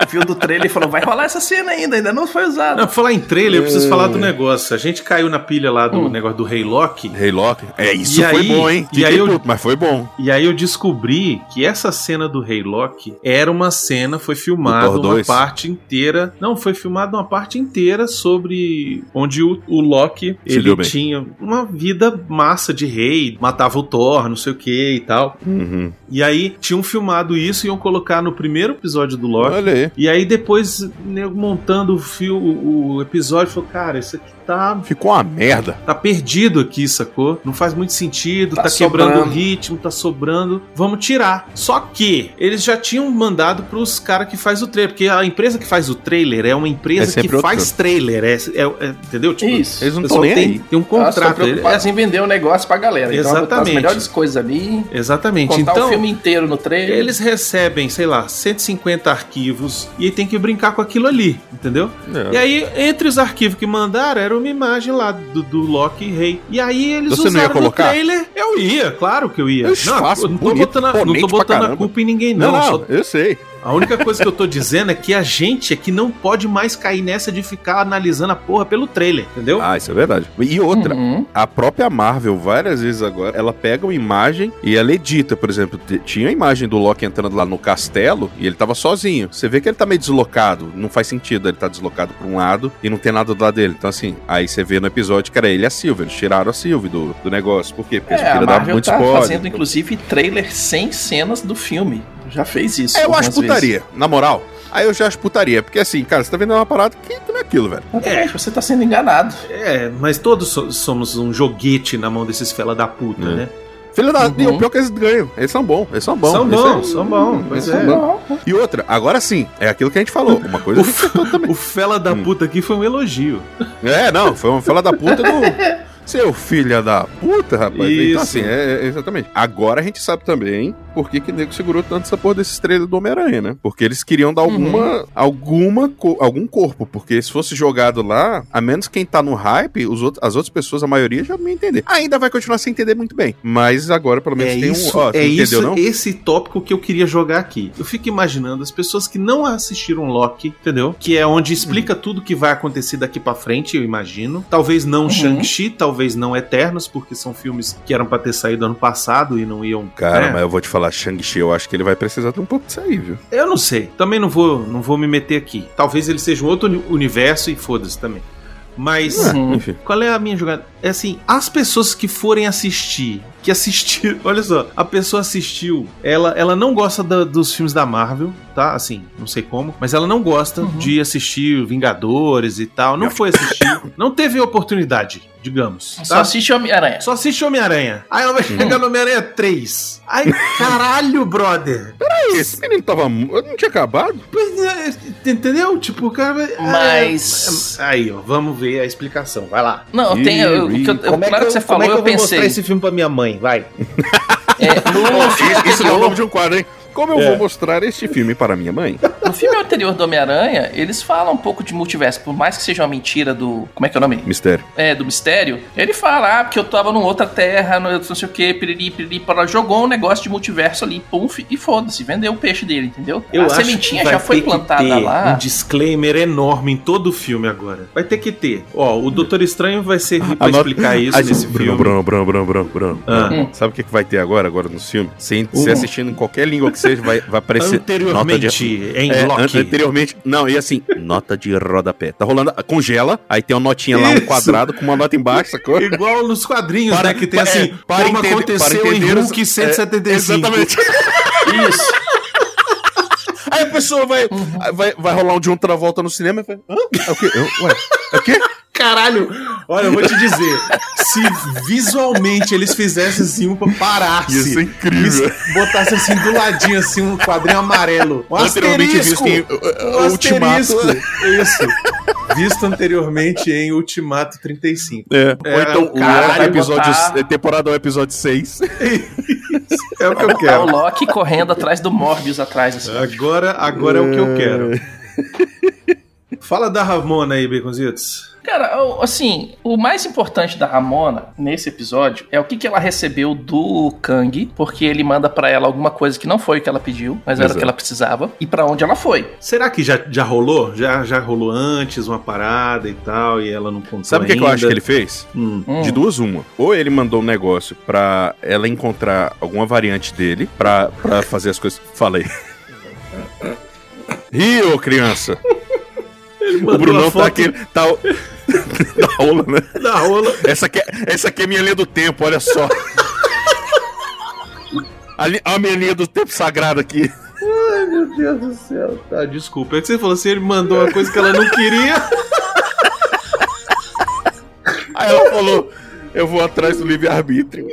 S2: viu do trailer e falou: vai rolar essa cena ainda, ainda não foi usada.
S4: Não, falar em trailer, eu preciso
S3: É.
S4: falar do negócio. A gente caiu na pilha lá do
S2: Hum.
S4: negócio do Rei Loki.
S3: Rei Loki. É, isso
S4: E
S3: foi
S4: aí-
S3: bom, hein?
S4: e aí eu-
S3: puto, mas foi bom.
S4: E aí eu descobri que essa cena do Rei Loki era uma cena, foi
S3: Do
S4: filmada
S3: Thor
S4: uma
S3: 2.
S4: parte inteira. Não, foi filmada uma parte inteira sobre onde o, o Loki
S3: Se
S4: ele
S3: deu bem.
S4: tinha uma vida massa de rei, matava o Thor, não sei o que e tal.
S3: Uhum.
S4: E aí tinham filmado isso e iam colocar no primeiro episódio do Loki.
S3: Olha aí.
S4: E aí depois, nego montando o fio, o, o episódio, falou, cara, isso aqui tá
S3: Ficou uma merda.
S4: Tá perdido aqui, sacou? Não faz muito sentido, tá,
S2: Tá
S4: quebrando o
S2: sobrando.
S4: ritmo, tá sobrando. Vamos tirar. Só que eles já tinham mandado pros caras que faz o trailer, porque a empresa que faz o trailer é uma
S3: É
S4: empresa
S3: sempre
S4: que
S3: outro.
S4: faz trailer, é, é- é- entendeu? Tipo,
S2: Isso.
S3: Eles não
S4: o
S3: estão
S4: pessoal
S3: nem
S4: tem,
S3: aí.
S4: tem um
S2: Elas tão
S4: contrato. ele-
S2: preocupadas em Assim, vender o negócio pra galera. Então, vai botar as
S4: Exatamente.
S2: melhores coisas ali.
S4: é- exatamente.
S2: Contar
S4: Então,
S2: o filme inteiro no trailer.
S4: eles recebem, sei lá, 150 arquivos e aí tem que brincar com aquilo ali, entendeu?
S3: É.
S4: E aí, entre os arquivos que mandaram, era uma imagem lá do, do Loki Rei. E aí eles
S3: Você não ia
S4: usaram no
S3: colocar?
S4: trailer. Eu ia, claro que eu ia.
S3: Eu faço,
S4: não tô
S3: bonito,
S4: botando, a- não
S3: imponente
S4: tô
S3: pra
S4: botando a
S3: caramba.
S4: culpa em ninguém, não.
S3: Não, não,
S4: Só-
S3: eu sei.
S4: a única coisa que eu tô dizendo é que a gente é que não pode mais cair nessa de ficar analisando a porra pelo trailer, entendeu?
S3: Ah, isso é verdade. E outra,
S2: Uhum.
S3: a própria Marvel, várias vezes agora, ela pega uma imagem e ela edita, por exemplo, t- tinha a imagem do Loki entrando lá no castelo e ele tava sozinho. Você vê que ele tá meio deslocado, não faz sentido ele tá deslocado pra um lado e não tem nada do lado dele. Então, assim, aí você vê no episódio que era ele e a Sylvie, eles tiraram a Sylvie do, do negócio. Por quê? Porque eles
S2: É, a
S3: queriam dar
S2: Marvel
S3: muito
S2: tá
S3: spoiler.
S2: fazendo, inclusive, trailer sem cenas do filme. Já fez isso.
S3: É, eu
S2: algumas
S3: acho putaria, na moral. Aí eu já acho putaria, porque assim, cara, você tá vendo uma parada que não é aquilo, velho.
S2: vezes. Exatamente, você tá sendo enganado.
S4: É, mas todos so- somos um joguete na mão desses fela da puta,
S3: É.
S4: né?
S3: Filho da. E
S2: Uhum.
S3: o pior é que eles ganham. Eles são bons, eles são bons.
S4: são
S3: Eles
S4: bons, são bons,
S3: eles
S4: pois
S3: são
S4: é.
S3: bons.
S2: Não,
S3: E outra, agora sim, é aquilo que a gente falou. Uma coisa.
S4: O, fe- o fela da
S3: Hum.
S4: puta aqui foi um elogio.
S3: É, não, foi uma fala da puta do. Seu filho da puta, rapaz.
S4: Isso.
S3: Então, assim, é, é exatamente. Agora a gente sabe também por que que o nego segurou tanto essa porra desses trailers do Homem-Aranha, né? Porque eles queriam dar
S4: Uhum.
S3: alguma. alguma co- algum corpo. Porque se fosse jogado lá, a menos quem tá no hype, os outros, as outras pessoas, a maioria, já não ia entender. Ainda vai continuar sem entender muito bem. Mas agora, pelo menos,
S4: É
S3: tem
S4: isso,
S3: um. Ó,
S4: é
S3: entendeu,
S4: isso,
S3: não?
S4: esse tópico que eu queria jogar aqui. Eu fico imaginando as pessoas que não assistiram Loki, entendeu? Que é onde explica tudo que vai acontecer daqui pra frente, eu imagino. Talvez não
S2: Uhum.
S4: Shang-Chi, talvez não Eternos, porque são filmes que eram pra ter saído ano passado e não iam.
S3: Cara,
S4: né?
S3: mas eu vou te falar Shang-Chi, eu acho que ele vai precisar de um pouco disso aí, viu?
S4: Eu não sei. Também não vou, não vou me meter aqui. Talvez ele seja um outro uni- universo e foda-se também. Mas
S2: Uhum.
S3: Enfim.
S4: qual é a minha jogada? É assim, as pessoas que forem assistir, que assistiram, olha só, a pessoa assistiu, ela, ela não gosta da- dos filmes da Marvel, tá? Assim, não sei como, mas ela não gosta
S2: Uhum.
S4: de assistir Vingadores e tal, não foi assistir, não teve oportunidade, digamos.
S2: É Só
S4: Tá?
S2: assiste Homem-Aranha.
S4: Só assiste Homem-Aranha. Aí ela vai chegar no Homem-Aranha 3. Ai, caralho, brother.
S3: Aí, esse menino tava. mu- Não tinha acabado?
S4: Pois é, Entendeu? Tipo, o cara. vai-
S2: Mas-
S4: É, Aí, ó, vamos ver a explicação. Vai lá.
S2: Não, tem. Eu, o que eu-
S4: Como é
S2: claro que, você
S4: como
S2: falou,
S4: é que
S2: eu,
S4: eu, vou
S2: pensei.
S4: mostrar esse filme pra minha mãe? Vai.
S2: É, no, filme
S3: Isso, isso é o
S2: anterior,
S3: nome de um quadro, hein? Como eu
S4: É.
S3: vou mostrar este filme para minha mãe?
S2: no filme anterior do Homem-Aranha, eles falam um pouco de multiverso, por mais que seja uma mentira do. Como é que é o nome?
S3: Mistério.
S2: É, do mistério. Ele fala, ah, porque eu tava numa outra terra, no- não sei o que, piriri, piriri, parará. jogou um negócio de multiverso ali, pum, fi- e foda-se, vendeu o peixe dele, entendeu? a sementinha Ah, já foi plantada lá.
S4: um disclaimer enorme em todo o filme agora. Vai ter que ter. Ó, o Doutor Estranho vai servir pra
S3: Ah, Anota-
S4: explicar isso
S3: Aí,
S4: nesse
S3: Bruno,
S4: filme.
S3: Bruno, Bruno, Bruno, Bruno, Bruno.
S4: Ah.
S2: Hum.
S3: Sabe o que, que vai ter agora, agora no filme? Sem
S4: Hum.
S3: se assistindo em qualquer língua que seja, vai, vai aparecer. nota de-
S4: Anteriormente, em
S3: É, an-
S4: Loki.
S3: anteriormente, não, e assim, nota de rodapé. Tá rolando, congela, aí tem uma notinha lá, um
S4: Isso.
S3: quadrado com uma nota embaixo, sacou?
S4: Igual nos quadrinhos,
S3: Para-
S4: né? Que tem
S3: pa-
S4: assim,
S3: é, para
S4: como
S3: entender-
S4: aconteceu
S3: para
S4: em
S3: entender
S4: Hulk
S3: os-
S4: 175.
S3: Exatamente.
S2: Isso.
S3: Aí a pessoa vai,
S4: Uhum.
S3: vai, vai rolar um de outra volta no cinema e vai. Hã? É o quê? Eu- ué, é o quê?
S4: Caralho! Olha, eu vou te dizer, se visualmente eles fissessem assim, um parasse.
S3: Ia ser incrível.
S4: Eles Botassem assim do ladinho, assim, um quadrinho amarelo. Um
S3: Anteriormente
S4: asterisco!
S3: visto em, uh,
S4: Um
S3: uh, Ultimato.
S4: asterisco. Isso. Visto anteriormente em Ultimato 35.
S3: É. Ou
S4: É,
S3: então,
S2: caralho,
S3: o episódio,
S2: botar-
S3: é, temporada 1, episódio 6.
S4: É o que eu
S2: Tá o
S4: quero.
S2: Loki correndo atrás do Morbius atrás, assim.
S4: Agora, agora é o que eu quero. Fala da Ramona aí, Baconzitos.
S2: Cara, eu- assim, o mais importante da Ramona nesse episódio é o que, que ela recebeu do Kang, porque ele manda pra ela alguma coisa que não foi o que ela pediu, mas era o
S3: Exato.
S2: que ela precisava, e pra onde ela foi.
S4: Será que já, já rolou? Já, já rolou antes uma parada e tal, e ela não contou
S3: Sabe o que, que eu acho que
S4: ainda?
S3: ele fez?
S4: Hum.
S2: Hum.
S3: De duas, uma. Ou ele mandou um negócio pra ela encontrar alguma variante dele pra, pra fazer as coisas. Falei. Rio, criança! O Brunão tá aqui. Tá. da aula, né?
S4: Na rola.
S3: Essa aqui, é- essa aqui é minha linha do tempo, olha só. A, li- a minha linha do tempo sagrada aqui.
S4: Meu Deus do céu. Tá, desculpa. É que você falou assim, ele mandou uma coisa que ela não queria.
S3: Aí ela falou: Eu vou atrás do livre-arbítrio.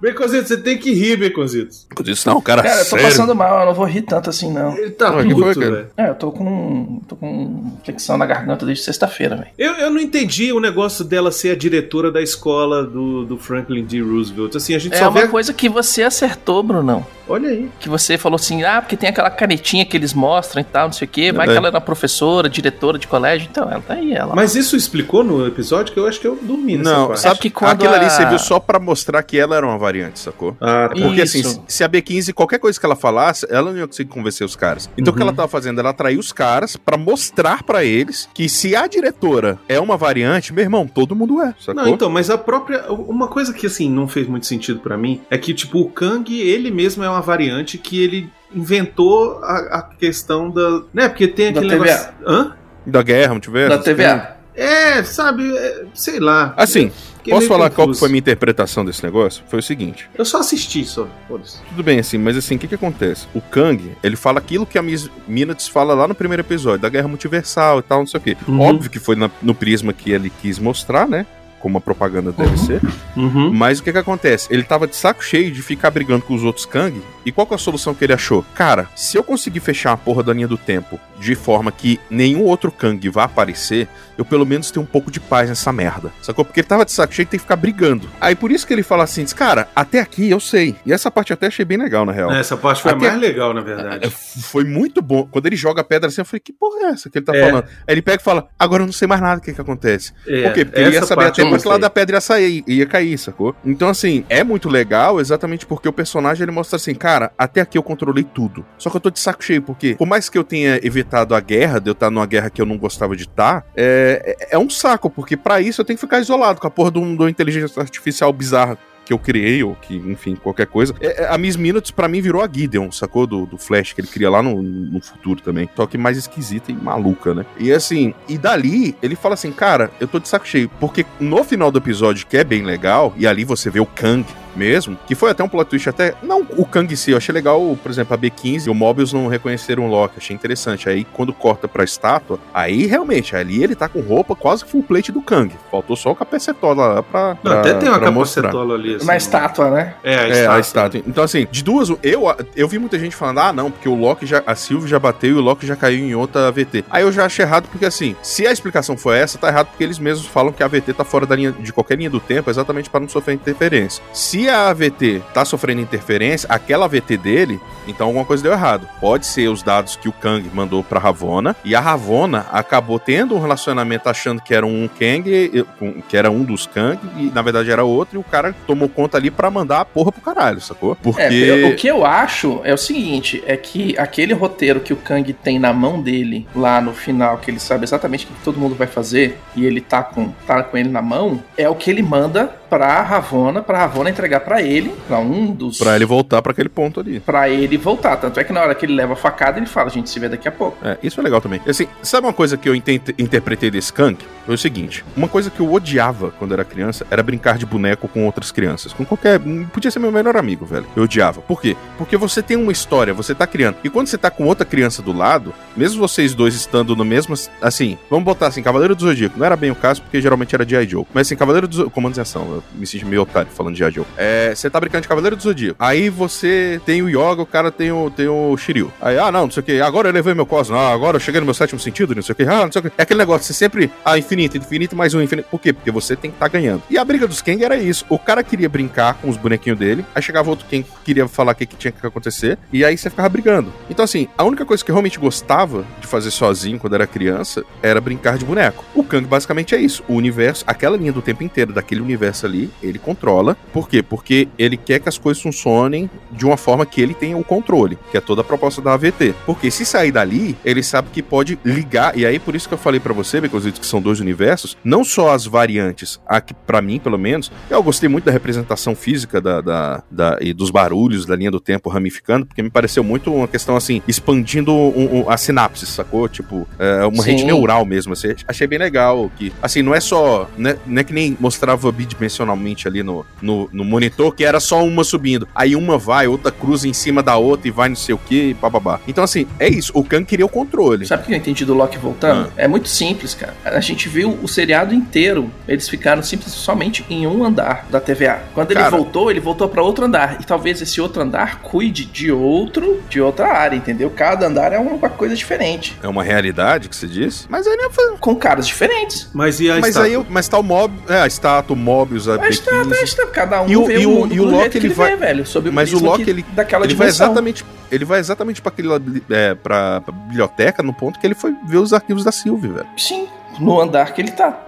S4: Baconzitos, você tem que rir, Baconzitos.
S3: Eu disse, não, cara.
S2: Cara, eu tô
S3: sério?
S2: passando mal, eu não vou rir tanto assim, não.
S4: Ele tá
S3: Ah, que
S4: puto,
S3: foi, cara?
S4: velho.
S2: É, eu tô com. tô com flexão na garganta desde sexta-feira, velho.
S4: Eu, eu não entendi o negócio dela ser a diretora da escola do, do Franklin D. Roosevelt. Assim, a gente
S2: É
S4: só
S2: uma
S4: vê...
S2: coisa que você acertou, Brunão.
S4: Olha aí.
S2: Que você falou assim, ah, porque tem aquela canetinha que eles mostram e tal, não sei o quê. Vai
S3: É.
S2: que ela era professora, diretora de colégio, então ela tá aí, ela.
S4: Mas isso explicou no episódio que eu acho que eu dormi nessa
S3: Não,
S4: parte.
S3: sabe
S2: que
S3: que
S2: quando
S3: aquilo ali
S2: a-
S3: serviu só pra mostrar que ela era uma variante, sacou?
S4: Ah,
S2: E-
S4: tá.
S3: Porque
S2: Isso.
S3: assim, se a B15, qualquer coisa que ela falasse, ela não ia conseguir convencer os caras. Então o que
S4: Uhum.
S3: ela tava fazendo? Ela atraiu os caras pra mostrar pra eles que se a diretora é uma variante, meu irmão, todo mundo é, sacou?
S4: Não, então, mas a própria. Uma coisa que, assim, não fez muito sentido pra mim é que, tipo, o Kang, ele mesmo é uma variante que ele inventou a, a questão da. Né? Porque tem
S2: Da
S4: aquele
S2: TVA.
S4: negócio. Hã?
S3: Da guerra, não tiver?
S2: da
S3: né?
S2: TVA.
S4: É, sabe? é, sei lá.
S3: Assim,
S4: Fiquei
S3: posso
S4: meio
S3: falar qual que
S4: confuso.
S3: foi a minha interpretação desse negócio? Foi o seguinte.
S4: Eu só assisti só. Foda-se.
S3: Tudo bem, assim, mas assim, o que que acontece? O Kang, ele fala aquilo que a Miss Minutes fala lá no primeiro episódio, da guerra multiversal e tal, não sei o quê.
S4: Uhum.
S3: Óbvio que foi na- no prisma que ele quis mostrar, né? Como a propaganda deve ser.
S4: Uhum.
S3: Mas o que que acontece? Ele tava de saco cheio de ficar brigando com os outros Kang. E qual que é a solução que ele achou? Cara, se eu conseguir fechar a porra da linha do tempo de forma que nenhum outro Kang vá aparecer, eu pelo menos tenho um pouco de paz nessa merda. Sacou? Porque ele tava de saco cheio e tem que ficar brigando. Aí por isso que ele fala assim, diz, cara, até aqui eu sei. E essa parte eu até achei bem legal, na real.
S4: É, Essa parte foi a
S3: Até-
S4: mais legal, na verdade.
S3: É, Foi muito bom. Quando ele joga a pedra assim, eu falei, que porra é essa que ele tá
S4: É.
S3: falando? Aí ele pega e fala, agora eu não sei mais nada o que que acontece.
S4: É,
S3: Por quê? Porque ele ia
S4: essa
S3: saber
S4: parte
S3: até
S4: eu
S3: pra que lado
S4: gostei.
S3: da pedra ia sair, ia cair, sacou? Então, assim, é muito legal exatamente porque o personagem ele mostra assim, cara, até aqui eu controlei tudo. Só que eu tô de saco cheio, porque por mais que eu tenha adaptado à guerra, de eu estar numa guerra que eu não gostava de estar, é, é um saco, porque para isso eu tenho que ficar isolado com a porra de uma inteligência artificial bizarra que eu criei, ou que, enfim, qualquer coisa. É, a Miss Minutes, pra mim, virou a Gideon, sacou? Do, do Flash, que ele cria lá no, no futuro também. Só que mais esquisita e maluca, né? E assim, e dali, ele fala assim, cara, eu tô de saco cheio. Porque no final do episódio, que é bem legal, e ali você vê o Kang mesmo, que foi até um plot twist até, não o Kang em si, eu achei legal, por exemplo, a B-15 e o Mobius não reconheceram o Loki, achei interessante. Aí, quando corta pra estátua, aí realmente, ali ele tá com roupa quase full plate do Kang. Faltou só o capacetola lá pra, pra
S4: Não, até tem uma
S3: pra mostrar.
S4: capacetola ali. assim,
S2: Na
S4: né?
S2: estátua, né?
S4: É, a
S3: É,
S4: estátua.
S3: a estátua. Então, assim, de duas, eu, eu vi muita gente falando, ah, não, porque o Loki já. A Sylvie já bateu e o Loki já caiu em outra AVT. Aí eu já achei errado, porque assim, se a explicação foi essa, tá errado porque eles mesmos falam que a AVT tá fora da linha de qualquer linha do tempo, exatamente para não sofrer interferência. Se a AVT tá sofrendo interferência, aquela AVT dele, então alguma coisa deu errado. Pode ser os dados que o Kang mandou pra Ravonna, e a Ravonna acabou tendo um relacionamento achando que era um Kang, e- um- que era um dos Kang, e na verdade era outro, e o cara tomou conta ali pra mandar a porra pro caralho, sacou? Porque.
S2: É, eu- o que eu acho é o seguinte, é que aquele roteiro que o Kang tem na mão dele, lá no final, que ele sabe exatamente o que todo mundo vai fazer, e ele tá com, tá com ele na mão, é o que ele manda pra Ravonna, pra Ravonna entregar pra ele, pra um dos...
S3: Pra ele voltar pra aquele ponto ali.
S2: pra ele voltar. Tanto é que na hora que ele leva a facada, ele fala, a gente se vê daqui a pouco.
S3: É, isso é legal também. E, Assim, sabe uma coisa que eu enten- interpretei desse Kang? Foi o seguinte: uma coisa que eu odiava quando era criança era brincar de boneco com outras crianças. Com qualquer. hum, Podia ser meu melhor amigo, velho. Eu odiava. Por quê? Porque você tem uma história, você tá criando. E quando você tá com outra criança do lado, mesmo vocês dois estando no mesmo. Assim, vamos botar assim: Cavaleiro do Zodíaco. Não era bem o caso, porque geralmente era G.I. Joe. Mas assim, Cavaleiro do Zodíaco. Comandos em ação. Eu me sinto meio otário falando de G.I. Joe. É, você tá brincando de Cavaleiro do Zodíaco. Aí você tem o Yoga, o cara tem o, tem o Shiryu. Aí, ah, não, não sei o que. Agora eu levei meu Cosmo. Ah, agora eu cheguei no meu sétimo sentido, não sei o que. Ah, não sei o que. É aquele negócio, você sempre. Ah, infinito, infinito, mais um infinito. Por quê? Porque você tem que estar ganhando. E a briga dos Kang era isso. O cara queria brincar com os bonequinhos dele. Aí chegava outro Kang que queria falar o que, que tinha que acontecer. E aí você ficava brigando. Então, assim, a única coisa que eu realmente gostava de fazer sozinho quando era criança era brincar de boneco. O Kang basicamente é isso. O universo, aquela linha do tempo inteiro daquele universo ali, ele controla. Por quê? Porque ele quer que as coisas funcionem de uma forma que ele tenha o controle, que é toda a proposta da AVT. Porque se sair dali, ele sabe que pode ligar. E aí, por isso que eu falei pra você, Becozitos, que são dois universos, não só as variantes, a que pra mim, pelo menos, eu gostei muito da representação física da, da- da- e dos barulhos da linha do tempo ramificando, porque me pareceu muito uma questão assim, expandindo um, um- a sinapse, sacou? Tipo, é, uma rede
S2: Sim.
S3: neural mesmo. Assim. Achei bem legal que, assim, não é só. Né, não é que nem mostrava bidimensionalmente ali no, no, no monitor, que era só uma subindo. Aí uma vai, outra cruza em cima da outra e vai não sei o que e bababá. Então, assim, é isso. O Khan queria o controle.
S2: Sabe o que eu entendi do Loki voltando?
S3: Ah.
S2: É muito simples, cara. A gente viu o seriado inteiro, eles ficaram simples somente em um andar da TVA. Quando
S3: Cara.
S2: ele voltou, ele voltou pra outro andar. E talvez esse outro andar cuide de outro, de outra área, entendeu? Cada andar é uma coisa diferente,
S3: É uma realidade que se diz? Mas aí, né,
S2: com caras diferentes.
S4: Mas e a
S3: mas
S4: estátua?
S3: aí eu- mas tá o Mob, é, a estátua, o Mobius, É a
S2: Mas tá,
S3: B15.
S2: mas tá, cada um
S3: E o-
S2: vê
S3: e
S2: o
S3: o-
S2: mundo
S3: e o
S2: do
S3: Loki,
S2: jeito que
S3: ele
S2: ele
S3: vai-
S2: vê, velho. Sob
S3: mas o
S2: prisma
S3: Loki,
S2: que-
S3: ele-
S2: daquela
S3: Ele vai
S2: dimensão.
S3: exatamente, ele vai exatamente para aquele lado, é, pra, pra biblioteca no ponto que ele foi ver os arquivos da Sylvie, velho.
S2: Sim, no andar que ele tá.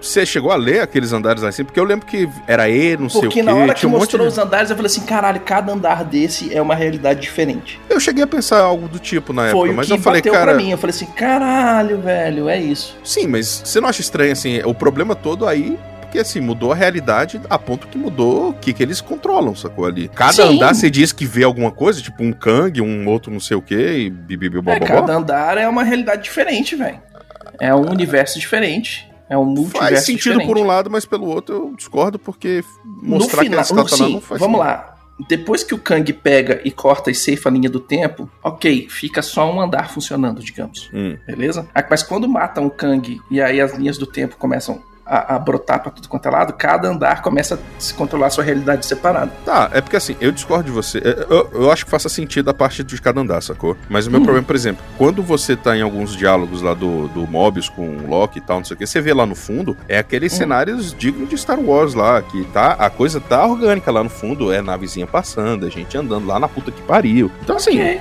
S3: Você chegou a ler aqueles andares lá assim? Porque eu lembro que era E, não sei o quê.
S2: Porque na hora que
S3: tinha um monte
S2: mostrou
S3: de-
S2: os andares, eu falei assim: caralho, cada andar desse é uma realidade diferente.
S3: Eu cheguei a pensar algo do tipo na
S2: Foi
S3: época,
S2: o
S3: mas
S2: que
S3: eu falei,
S2: bateu
S3: cara.
S2: pra mim. Eu falei assim: caralho, velho, é isso.
S3: Sim, mas você não acha estranho assim? O problema todo aí. Porque assim, mudou a realidade a ponto que mudou o que, que eles controlam, sacou ali? Cada
S2: Sim.
S3: andar você diz que vê alguma coisa, tipo um Kang, um outro não sei o quê, e
S2: É,
S3: bibibibobobó.
S2: cada andar é uma realidade diferente, velho. É um universo diferente. É um multiverso
S3: Faz sentido
S2: diferente.
S3: por um lado, mas pelo outro eu discordo, porque mostrar
S2: no final,
S3: que a estátua lá
S2: sim,
S3: não faz
S2: Vamos
S3: sentido.
S2: lá. Depois que o Kang pega e corta e ceifa a linha do tempo, ok, fica só um andar funcionando, digamos.
S3: Hum.
S2: Beleza? Ah, Mas quando matam o Kang e aí as linhas do tempo começam a, a brotar pra tudo quanto é lado, cada andar começa a se controlar a sua realidade separada.
S3: Tá, é porque assim, eu discordo de você. Eu, eu- eu acho que faça sentido a parte de cada andar, sacou? Mas o meu
S2: Hum.
S3: problema, por exemplo, quando você tá em alguns diálogos lá do, do Mobius com o Loki e tal, não sei o que, você vê lá no fundo, é aqueles
S2: Hum.
S3: cenários dignos de Star Wars lá, que tá, a coisa tá orgânica lá no fundo, é navezinha passando, é gente andando lá na puta que pariu. Então assim,
S2: Ok.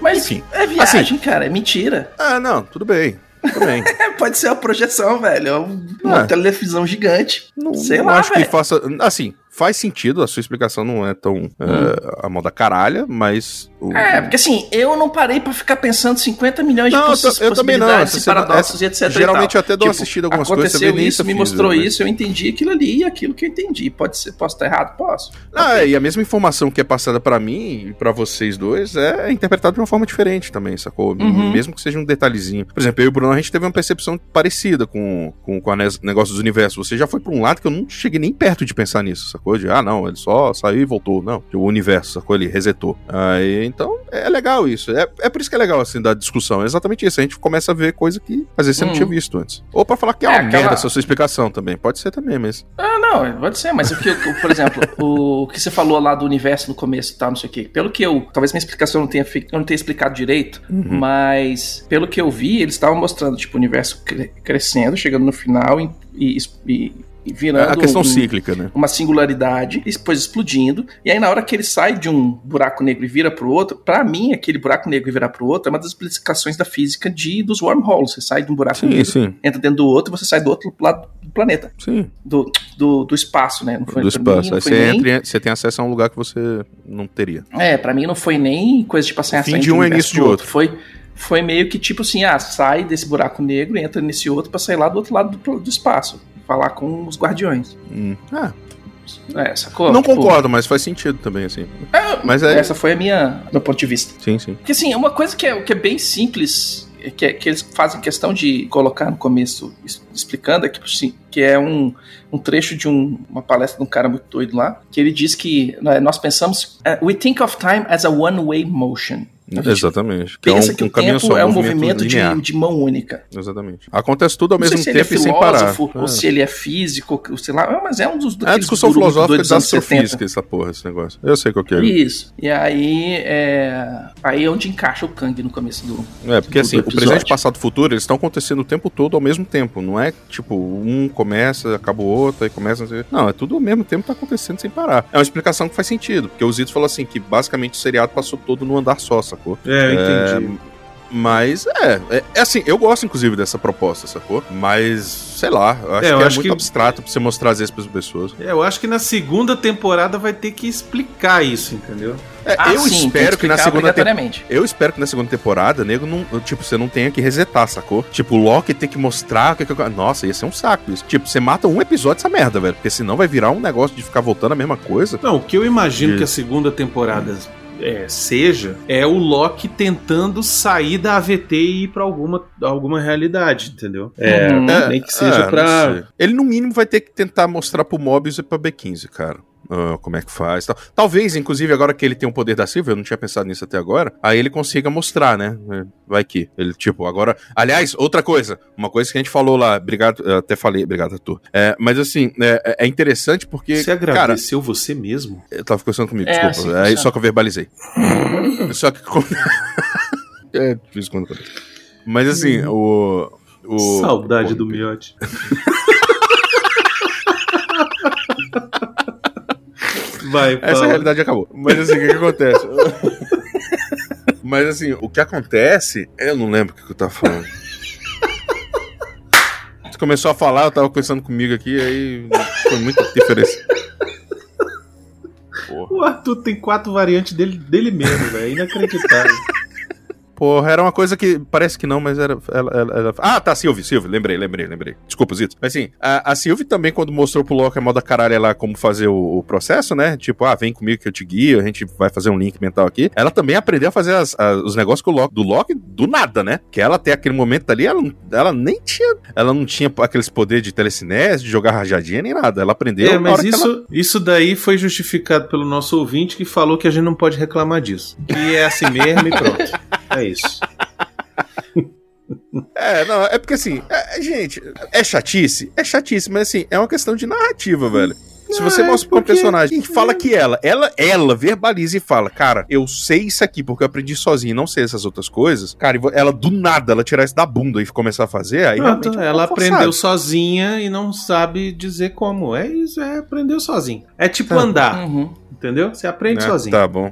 S2: Mas
S3: enfim. assim,
S2: é viagem, cara, é mentira.
S3: ah, não, tudo bem, tudo bem.
S2: É, pode ser uma projeção, velho. é um- Uma
S3: É.
S2: televisão gigante.
S3: Não,
S2: Sei
S3: não
S2: lá,
S3: acho
S2: velho. Hum.
S3: que faça. Assim, faz sentido, a sua explicação não é tão eh, a mão da caralha, mas o-
S2: É, porque assim, eu não parei pra ficar pensando 50 milhões de
S3: Não, eu
S2: possi-
S3: ta- eu também não,
S2: possibilidades,
S3: essa-
S2: paradoxos e etc. e
S3: Geralmente
S2: tal. Tipo,
S3: eu até dou uma assistida algumas coisas, você
S2: aconteceu
S3: vê nem
S2: isso, me
S3: fiz,
S2: mostrou
S3: né?
S2: isso, eu entendi aquilo ali e aquilo que eu entendi. Pode ser, posso estar errado? Posso.
S3: Ah, e a mesma informação que é passada pra mim e pra vocês dois é interpretada de uma forma diferente também, sacou?
S2: Uhum.
S3: Mesmo que seja um detalhezinho. Por exemplo, eu e o Bruno, a gente teve uma percepção parecida com, com, com o negócio dos universos. Você já foi pra um lado que eu não cheguei nem perto de pensar nisso, sacou? De, ah, não, ele só saiu e voltou. Não, o universo, sacou? Ele resetou. Aí, então, é legal isso. É, é por isso que é legal, assim, da discussão. É exatamente isso. A gente começa a ver coisa que às vezes você não
S2: Hum.
S3: tinha visto antes. Ou pra falar que é
S2: É,
S3: uma
S2: aquela-
S3: merda essa sua explicação também. Pode ser também, mas...
S2: Ah, não, pode ser, mas o que, eu- por exemplo, o que você falou lá do universo no começo e tal, não sei o quê. Pelo que eu. Talvez minha explicação não tenha, fe- eu não tenha explicado direito,
S3: Uhum.
S2: mas pelo que eu vi, eles estavam mostrando, tipo, o universo cre- crescendo, chegando no final e, e- e- e virando.
S3: a questão
S2: um-
S3: cíclica, né?
S2: uma singularidade, e depois explodindo, e aí na hora que ele sai de um buraco negro e vira pro outro, pra mim aquele buraco negro e virar pro outro é uma das explicações da física de dos wormholes. Você sai de um buraco
S3: Sim,
S2: negro,
S3: sim,
S2: entra dentro do outro, e você sai do outro lado do planeta,
S3: sim.
S2: do, do, do espaço, né? Não
S3: do
S2: pra mim
S3: espaço.
S2: não foi
S3: Aí você
S2: nem-
S3: entra e você tem acesso a um lugar que você não teria.
S2: É, pra mim não foi nem coisa de passar
S3: O
S2: essa
S3: fim de
S2: entre
S3: um é
S2: universo
S3: início de
S2: pro Foi, foi meio que tipo assim, ah, sai desse buraco negro, entra nesse outro pra sair lá do outro lado do, do espaço, falar com os guardiões.
S3: Hum. Ah,
S2: É, sacou?
S3: não
S2: Tipo,
S3: concordo, mas faz sentido também, assim.
S2: é,
S3: Mas é.
S2: Essa foi a minha, meu ponto de vista.
S3: Sim, sim.
S2: Porque assim, é uma coisa que é, que é bem simples, é que, é- que eles fazem questão de colocar no começo, es- explicando, é que, assim, que é um, um trecho de um- uma palestra de um cara muito doido lá, que ele diz que né, nós pensamos. eh, We think of time as a one-way motion. A gente
S3: Exatamente. Né, Que é
S2: Pensa
S3: um,
S2: que
S3: um
S2: o
S3: caminho
S2: tempo
S3: só,
S2: é um movimento de,
S3: linear.
S2: de mão única.
S3: Exatamente. Acontece tudo ao
S2: Não sei
S3: mesmo
S2: se ele é
S3: tempo e sem parar.
S2: filósofo, ou
S3: É.
S2: se ele é físico, ou sei lá, mas é um dos
S3: É a
S2: daqueles
S3: discussão
S2: guru muito
S3: filosófica
S2: doido dos
S3: da
S2: anos 70.
S3: astrofísica, essa porra, esse negócio. Eu sei qual que é.
S2: Isso. E aí é. Aí é onde encaixa o Kang no começo do,
S3: É, porque
S2: do
S3: assim, o
S2: episódio.
S3: presente, passado e futuro, eles estão acontecendo o tempo todo ao mesmo tempo. Não é tipo, um começa, acaba o outro, aí começa. não sei o quê. Não, é tudo ao mesmo tempo, tá acontecendo sem parar. É uma explicação que faz sentido, porque o Zito falou assim, que basicamente o seriado passou todo num andar só, sacou?
S4: É, eu entendi.
S3: Mas é, é, é assim, eu gosto inclusive dessa proposta, sacou? Mas, sei lá, eu acho
S4: É, eu
S3: que é
S4: acho
S3: muito
S4: que-
S3: abstrato pra você mostrar às vezes pras pessoas.
S4: É, eu acho que na segunda temporada vai ter que explicar isso, entendeu?
S3: É,
S2: Ah,
S3: eu
S2: sim, tem
S3: espero que na
S2: explicar
S3: segunda temporada.
S2: obrigatoriamente.
S3: Eu espero que na segunda temporada, nego, não, tipo, você não tenha que resetar, sacou? Tipo, o Loki tem que mostrar o que, que- Nossa, ia ser um saco isso. Tipo, você mata um episódio dessa merda, velho. Porque senão vai virar um negócio de ficar voltando a mesma coisa.
S4: Não, o que eu imagino
S3: Isso.
S4: que a segunda temporada é, seja é o Loki tentando sair da AVT e ir pra alguma, alguma realidade, entendeu? É,
S2: Uhum.
S4: nem que seja
S3: é,
S4: pra.
S3: não sei. Ele, no mínimo, vai ter que tentar mostrar pro Mobius e pra B15, cara. Ah, como é que faz e tal. Talvez, inclusive, agora que ele tem o poder da Silva, eu não tinha pensado nisso até agora, aí ele consiga mostrar, né? É, Vai que. Ele, tipo, agora. Aliás, outra coisa. Uma coisa que a gente falou lá. Obrigado. eu Até falei. Obrigado, Arthur. É, mas assim, é, é interessante porque.
S4: Você
S3: cara,
S4: agradeceu você mesmo?
S3: eu tava conversando comigo,
S2: É, assim
S3: desculpa. Aí,
S2: funciona.
S3: só que eu verbalizei. só que. com- é difícil quando acontece. Mas assim, o. o-
S4: Hum. Saudade
S3: Pô,
S4: do miote. Vai,
S3: Essa
S4: Paulo.
S3: realidade acabou. Mas assim, o que, que acontece? Mas assim, o que acontece. Eu não lembro o que, que eu tava falando. Você começou a falar, eu tava conversando comigo aqui, aí foi muita diferença. Porra.
S4: O Arthur tem quatro variantes dele, dele mesmo, velho. É Inacreditável.
S3: Porra, era uma coisa que parece que não, mas era. Ela, ela- ela- Ah, tá, Silvio, Silvio, lembrei, lembrei, lembrei. Desculpa, Zito. Mas assim, a, a Silvio também, quando mostrou pro Loki a moda caralho lá como fazer o, o processo, né? Tipo, ah, vem comigo que eu te guio, a gente vai fazer um link mental aqui. Ela também aprendeu a fazer as- as- os negócios com o Loki- do Loki do nada, né? Que ela até aquele momento ali, ela, não- ela nem tinha. Ela não tinha aqueles poderes de telecinese, de jogar rajadinha, nem nada. Ela aprendeu.
S4: é,
S3: na
S4: mas
S3: hora que
S4: isso,
S3: ela-
S4: isso daí foi justificado pelo nosso ouvinte que falou que a gente não pode reclamar disso. Que é assim mesmo e pronto. É isso.
S3: É, não, é porque assim, é- é, gente, é chatice? É chatice, mas assim, é uma questão de narrativa, velho. Se
S4: Não,
S3: você
S4: é
S3: mostra pra um
S4: porque- é.
S3: personagem e fala que ela, ela, ela verbaliza e fala, cara, eu sei isso aqui porque eu aprendi sozinho e não sei essas outras coisas, cara, e vo- ela do nada, ela tirar isso da bunda e começar a fazer, aí
S4: Pronto,
S3: realmente é
S4: então ela
S3: forçado.
S4: aprendeu sozinha e não sabe dizer como. É isso, é aprendeu sozinha. É tipo
S3: Tá.
S4: andar,
S2: Uhum.
S4: entendeu? Você aprende
S3: né?
S4: sozinho.
S3: Tá bom.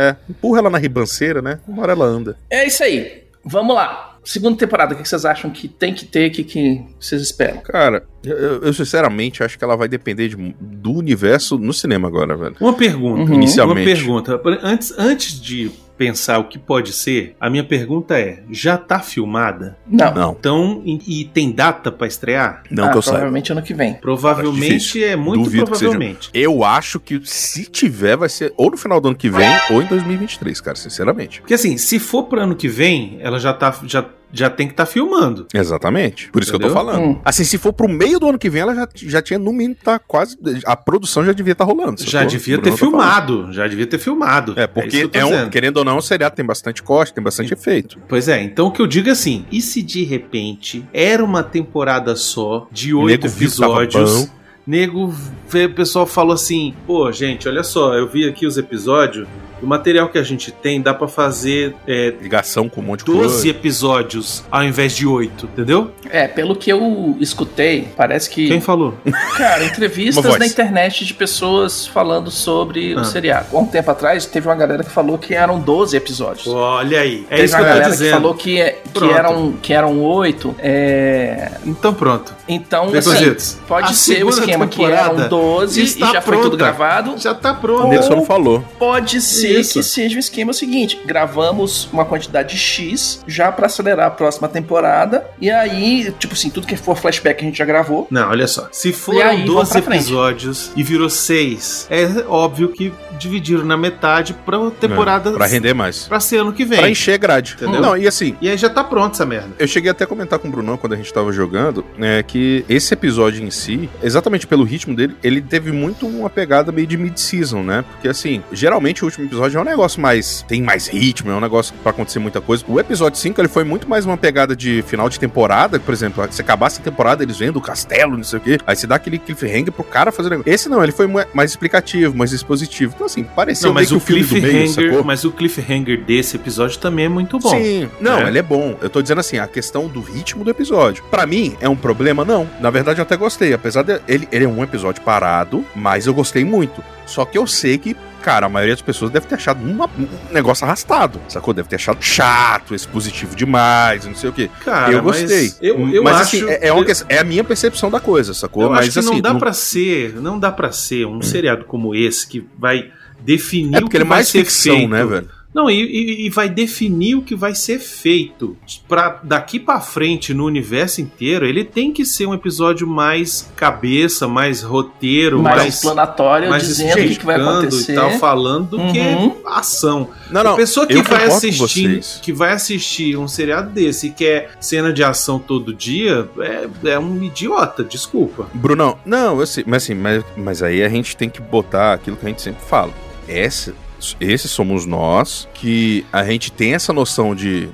S3: É, empurra ela na ribanceira, né? Uma hora ela anda.
S2: É isso aí. Vamos lá. Segunda temporada, o que vocês acham que tem que ter? O que, que vocês esperam?
S3: Cara, eu- eu, eu sinceramente acho que ela vai depender de- do universo no cinema agora, velho.
S4: Uma pergunta.
S2: Uhum.
S4: Uma
S3: Inicialmente.
S4: pergunta. Antes, antes de pensar o que pode ser, a minha pergunta é: já tá filmada?
S2: Não.
S3: Não.
S4: Então, e, e tem data pra estrear?
S3: Não
S2: Ah,
S3: que eu saiba.
S2: Provavelmente ano que vem.
S4: Provavelmente é muito
S3: Duvido que seja.
S4: provavelmente.
S3: Eu acho que se tiver, vai ser ou no final do ano que vem ou em 2023, cara, sinceramente.
S4: Porque assim, se for pro ano que vem, ela já tá já, já tem que estar filmando.
S3: Exatamente. Por isso que eu tô
S4: Entendeu?
S3: falando.
S2: Hum.
S3: Assim, se for pro meio do ano que vem, ela já, já tinha, no mínimo, tá quase. A produção já devia estar rolando.
S4: Já
S3: sacou?
S4: devia
S3: Por
S4: ter
S3: isso que eu tô
S4: filmado, já devia ter filmado.
S3: falando. É,
S4: isso que
S3: porque
S4: eu tô
S3: é, um,
S4: dizendo.
S3: querendo ou não, o seriado tem bastante corte, tem bastante efeito.
S4: Pois é, então o que eu digo é assim, e se de repente era uma temporada só de
S3: O
S4: oito
S3: nego viu que tava
S4: episódios?
S3: bom.
S4: Nego, vê- o pessoal falou assim, pô, gente, olha só, eu vi aqui os episódios, o material que a gente tem dá pra fazer é,
S3: Ligação com um monte de
S4: 12
S3: coisa.
S4: episódios ao invés de oito, entendeu?
S2: É, pelo que eu escutei, parece que.
S4: Quem falou?
S2: Cara,
S3: Uma
S2: entrevistas
S3: voz.
S2: na internet de pessoas falando sobre
S4: Ah.
S2: o seriado. Há um tempo atrás, teve uma galera que falou que eram 12 episódios.
S4: Olha aí, é
S2: teve
S4: isso que
S2: uma
S4: eu tô
S2: galera que
S4: dizendo.
S2: falou que, é- que,
S4: Pronto.
S2: eram, que eram 8. É...
S4: Então pronto,
S2: Então, assim,
S4: Decozitos.
S2: pode
S4: a
S2: ser o
S4: segunda
S2: esquema que é,
S4: temporada
S2: eram 12 e
S4: está
S2: já foi
S4: pronta.
S2: tudo gravado.
S4: Já tá
S3: O
S4: pronto.
S3: Nego só não falou.
S2: Pode ser
S4: Isso.
S2: que seja o esquema seguinte: gravamos uma quantidade X já pra acelerar a próxima temporada. E aí, tipo assim, tudo que for flashback a gente já gravou.
S4: Não, olha só. Se
S2: E
S4: foram
S2: aí, vamos
S4: 12
S2: pra frente.
S4: episódios e virou 6, é óbvio que dividiram na metade pra temporada.
S3: Pra render mais.
S4: pra ser ano que vem.
S3: Pra encher grade.
S4: Entendeu?
S3: Não, e assim,
S4: E aí já tá pronto essa merda.
S3: Eu cheguei até a comentar com o Brunão quando a gente tava jogando, né, que esse episódio em si, exatamente pelo ritmo dele, ele teve muito uma pegada meio de mid-season, né? Porque assim, geralmente o último episódio é um negócio mais tem mais ritmo, é um negócio pra acontecer muita coisa. O episódio 5, ele foi muito mais uma pegada de final de temporada, por exemplo, se acabasse a temporada, eles vendo o castelo, não sei o quê. Aí você dá aquele cliffhanger pro cara fazer o negócio. Esse não, ele foi mu- mais explicativo, mais expositivo. Então assim, pareceu
S4: Não, mas o,
S3: meio que o filme do meio,
S4: cliffhanger,
S3: sacou?
S4: mas o cliffhanger desse episódio também é muito bom.
S3: Sim, não,
S4: né?
S3: ele é bom. Eu tô dizendo assim, a questão do ritmo do episódio. Pra mim, é um problema? Não. Na verdade, eu até gostei. Apesar de ele, ele é um episódio parado, mas eu gostei muito. Só que eu sei que, cara, a maioria das pessoas deve ter achado uma- um negócio arrastado, sacou? Deve ter achado chato, expositivo demais, não sei o quê.
S4: Cara,
S3: eu gostei.
S4: Mas eu, eu
S3: mas
S4: acho.
S3: assim, é, é uma questão- é a minha percepção da coisa, sacou?
S4: eu
S3: mas
S4: acho que
S3: assim,
S4: não dá
S3: não-
S4: pra ser. Não dá para ser um seriado como esse que vai definir
S3: é
S4: o
S3: porque
S4: que
S3: ele é
S4: vai
S3: mais
S4: ser
S3: ficção,
S4: feito.
S3: né, velho?
S4: Não, e, e- e vai definir o que vai ser feito. Pra daqui pra frente, no universo inteiro, ele tem que ser um episódio mais cabeça, mais roteiro,
S2: mais
S4: mais.
S2: explanatório, dizendo o que, que vai
S4: explicando
S2: acontecer.
S4: e tal, falando do
S2: Uhum.
S4: que é ação.
S3: Não,
S4: a
S3: não.
S4: pessoa que
S3: eu
S4: vai
S3: concordo com
S4: assistir,
S3: vocês.
S4: que vai assistir um seriado desse e quer cena de ação todo dia, é, é um idiota, desculpa.
S3: Brunão, não, eu sei, mas assim, mas, mas aí a gente tem que botar aquilo que a gente sempre fala. Essa, esses somos nós que a gente tem essa noção de.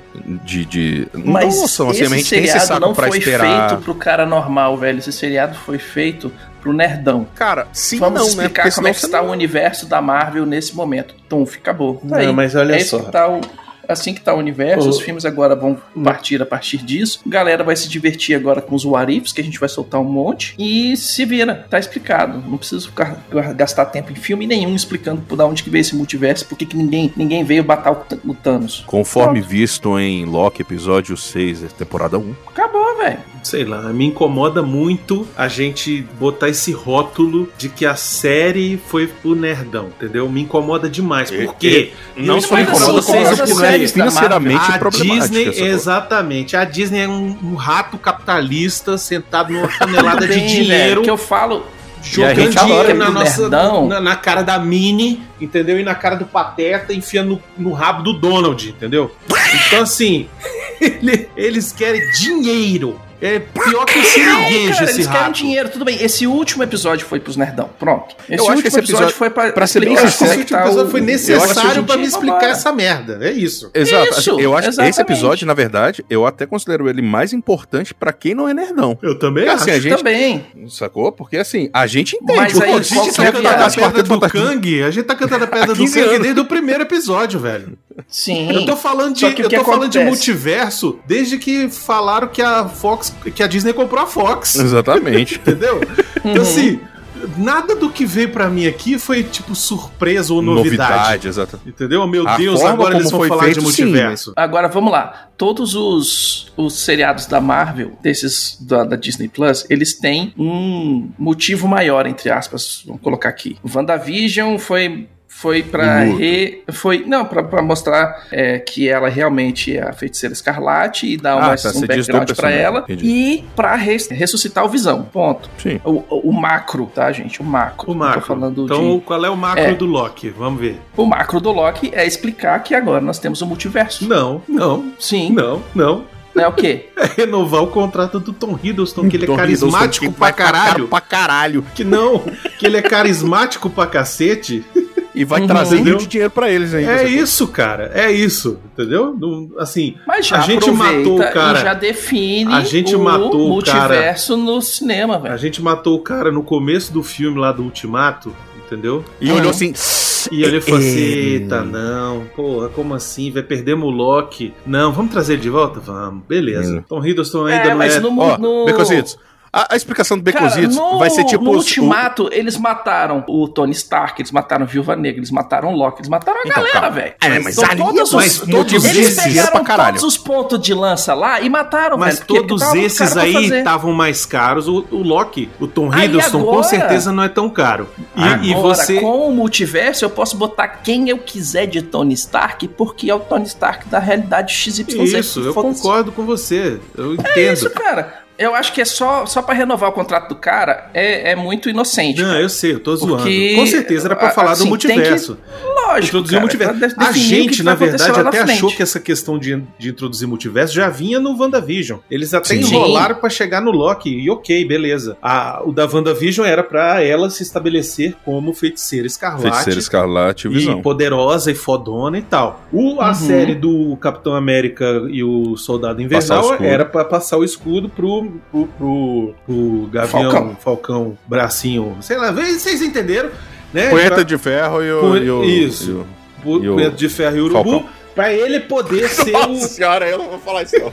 S3: de, de não
S2: Mas
S3: noção, assim,
S2: esse
S3: a gente tem esse
S2: seriado
S3: saco
S2: não
S3: pra
S2: foi
S3: esperar.
S2: feito pro cara normal, velho. Esse seriado foi feito pro nerdão.
S3: Cara, sim,
S2: Vamos
S3: não, né?
S2: explicar
S3: Porque
S2: como é que
S3: senão
S2: está
S3: você
S2: o universo da Marvel nesse momento. Tumf, acabou. Tá aí.
S4: mas olha
S2: é isso que tá o- assim que tá o universo,
S4: Ô.
S2: os filmes agora vão partir a partir disso. A galera vai se divertir agora com os warifs, que a gente vai soltar um monte. E se vira, tá explicado. Não preciso ficar gastar tempo em filme nenhum explicando por da onde que veio esse multiverso, por que que ninguém, ninguém veio batar o, T- o Thanos.
S3: Conforme visto em Loki, episódio 6, temporada 1.
S2: Acabou, velho.
S4: Sei lá, me incomoda muito a gente botar esse rótulo de que a série foi pro nerdão, entendeu? Me incomoda demais.
S3: E-
S4: Por quê?
S3: Não
S4: Eu
S3: só me
S4: imagino
S3: incomoda, como
S4: vocês
S3: eu
S4: as
S3: fico é
S4: séries
S2: da
S3: financeiramente
S4: A
S3: problemática.
S4: Disney,
S3: sacou?
S4: exatamente. A Disney é um, um rato capitalista sentado numa tonelada
S2: Tudo
S4: de
S2: bem, velho,
S4: dinheiro,
S2: que eu falo,
S3: E a
S4: jogando
S3: gente adora
S4: dinheiro
S2: aquele
S4: na, nossa,
S2: é nerdão.
S4: na, na cara da Minnie, entendeu? E na cara do Pateta, enfiando no, no rabo do Donald, entendeu? Então, assim, ele- eles querem dinheiro. É pior que o
S2: Cara,
S4: siriguejo esse
S2: eles querem
S4: rato.
S2: dinheiro, tudo bem. Esse último episódio foi pros nerdão. Pronto. Esse
S3: acho que esse episódio-
S2: foi pra,
S3: pra ser bem
S4: Eu
S2: explicar
S4: acho que
S2: como
S4: esse
S2: é que
S4: último
S2: tá
S4: episódio
S2: o-
S4: foi
S2: eu acho que é
S4: necessário
S2: o
S4: pra me
S2: dia
S4: explicar
S2: vambora.
S4: essa merda. É isso.
S3: Exato.
S2: Isso,
S3: eu acho que esse
S2: exatamente.
S3: episódio, na verdade, eu até considero ele mais importante pra quem não é nerdão.
S4: Eu também
S3: Porque, assim, a gente
S2: Também.
S3: Sacou? Porque assim, a gente entende.
S2: Mas
S3: Pô,
S2: aí,
S3: a gente
S2: qual
S3: sabe
S2: que é
S3: que tá
S2: a
S3: das quartas do Kang.
S4: Kang, a gente tá cantando a
S3: Há 15 anos.
S4: desde o primeiro episódio, velho.
S2: Sim.
S4: Eu tô falando de,
S2: Só que o
S4: eu
S2: que
S4: tô falando de
S2: acontece?
S4: multiverso desde que falaram que a Fox, que a Disney comprou a Fox,
S3: assim. Exatamente.
S4: entendeu?
S2: Uhum.
S4: Então assim, nada do que veio pra mim aqui foi tipo surpresa ou novidade.
S3: Novidade, exato.
S4: Entendeu? Meu
S3: A
S4: Deus,
S3: forma
S4: agora eles
S3: como
S4: vão
S3: foi
S4: falar
S3: feito,
S4: de
S3: sim,
S4: multiverso.
S2: Agora vamos lá. Todos os, os seriados da Marvel, desses da, da Disney Plus, eles têm um motivo maior, entre aspas. Vamos colocar aqui. WandaVision foi. Foi pra re... Foi, não, pra, pra mostrar é, que ela realmente é a feiticeira escarlate e dar
S3: Ah,
S2: uma,
S3: tá,
S2: um
S3: você diz do
S2: background pra
S3: personagem,
S2: ela.
S3: entendi.
S2: E pra res- ressuscitar o Visão, ponto.
S3: Sim.
S2: O, o- o macro, tá, gente? O macro.
S4: O
S2: Não
S4: macro.
S2: Tô falando
S4: então,
S2: de...
S4: qual é o macro
S2: É.
S4: do Loki? Vamos ver.
S2: O macro do Loki é explicar que agora nós temos o multiverso.
S4: Não, não,
S2: Sim.
S4: não, não.
S2: É o quê?
S4: É renovar o contrato do Tom Hiddleston, que ele é
S3: Tom Hiddleston,
S4: carismático
S3: que
S4: pra
S3: vai
S4: caralho.
S3: Pra caralho.
S4: Que não, que ele é carismático pra cacete.
S3: E vai
S2: Uhum.
S3: trazer
S4: Entendeu?
S3: muito dinheiro pra eles ainda.
S4: É
S3: sacou?
S4: isso, cara. É isso. Entendeu? Não- assim,
S2: Mas já
S4: A gente
S2: aproveita
S4: matou o cara.
S2: e já define
S4: A gente
S2: o
S4: matou o cara.
S2: multiverso no cinema, velho.
S4: a gente matou o cara no começo do filme lá do Ultimato, entendeu?
S3: E
S2: Uhum.
S3: olhou assim.
S4: E ele falou assim:
S2: É.
S3: Eh,
S4: Eita, não, porra, como assim? Vai perdemos o Loki. Não, vamos trazer ele de volta? Vamos, beleza.
S3: Hum.
S4: Tom Hiddleston ainda não é.
S2: no, mu-
S3: Ó, Becositos. A, a explicação do
S2: Cara,
S3: Becositos
S2: no-
S3: vai ser tipo.
S2: No
S3: os- o-
S2: Ultimato, eles mataram o Tony Stark, eles mataram a Viúva Negra, eles mataram o Loki, eles mataram a
S3: Então,
S2: galera,
S3: calma.
S2: velho.
S3: É, mas
S2: São
S3: ali-
S2: todos
S4: mas
S2: os,
S4: todos
S2: eles
S4: esses-
S2: pegaram
S3: é pra caralho.
S2: todos os pontos de lança lá e mataram,
S4: Mas
S2: velho, é, porque
S4: todos
S2: tava muito
S4: esses
S2: caro pra
S4: aí
S2: fazer.
S4: estavam mais caros. O, o Loki, o Tom
S2: Aí
S4: Hiddleston, com
S2: agora-
S4: certeza não é tão caro. E, e
S2: Agora,
S4: você.
S2: com o multiverso, eu posso botar quem eu quiser de Tony Stark, porque é o Tony Stark da realidade XYZ.
S4: Isso, eu
S2: Foda-se.
S4: concordo com você. Eu entendo.
S2: É isso, cara. Eu acho que é só, só para renovar o contrato do cara, é, é muito inocente.
S4: Não, eu sei, eu tô zoando.
S2: Porque,
S4: Com certeza era pra falar
S2: assim,
S4: do
S2: tem
S4: multiverso.
S2: Lógico.
S4: Introduzir
S2: cara,
S4: o multiverso.
S2: pra de-
S4: A
S2: definir o que
S4: gente,
S2: que
S4: na
S2: vai acontecer
S4: verdade,
S2: lá
S4: até
S2: na
S4: achou
S2: frente.
S4: que essa questão de, de introduzir multiverso já vinha no WandaVision. Eles até
S3: Sim.
S4: enrolaram pra chegar no Loki. E ok, beleza. A- o da WandaVision era pra ela se estabelecer como feiticeira escarlate.
S3: Feiticeiro Escarlate e Visão.
S4: E poderosa e fodona e tal. O, a
S2: Uhum.
S4: série do Capitão América e o Soldado
S3: Passar o
S4: Invernal
S3: escudo.
S4: era pra passar o escudo pro, pro, pro, pro Gavião, Falcão.
S2: Falcão.
S4: Bracinho, sei lá, vê- vocês entenderam, né?
S3: Punheta de ferro e o.
S4: Punhe-
S3: e o-
S4: isso.
S3: e o-
S4: Pro-
S3: e o-
S4: Punheta de ferro e urubu.
S3: Falcão.
S4: Pra ele poder ser
S3: Nossa
S4: o,
S3: senhora, eu não vou falar isso não.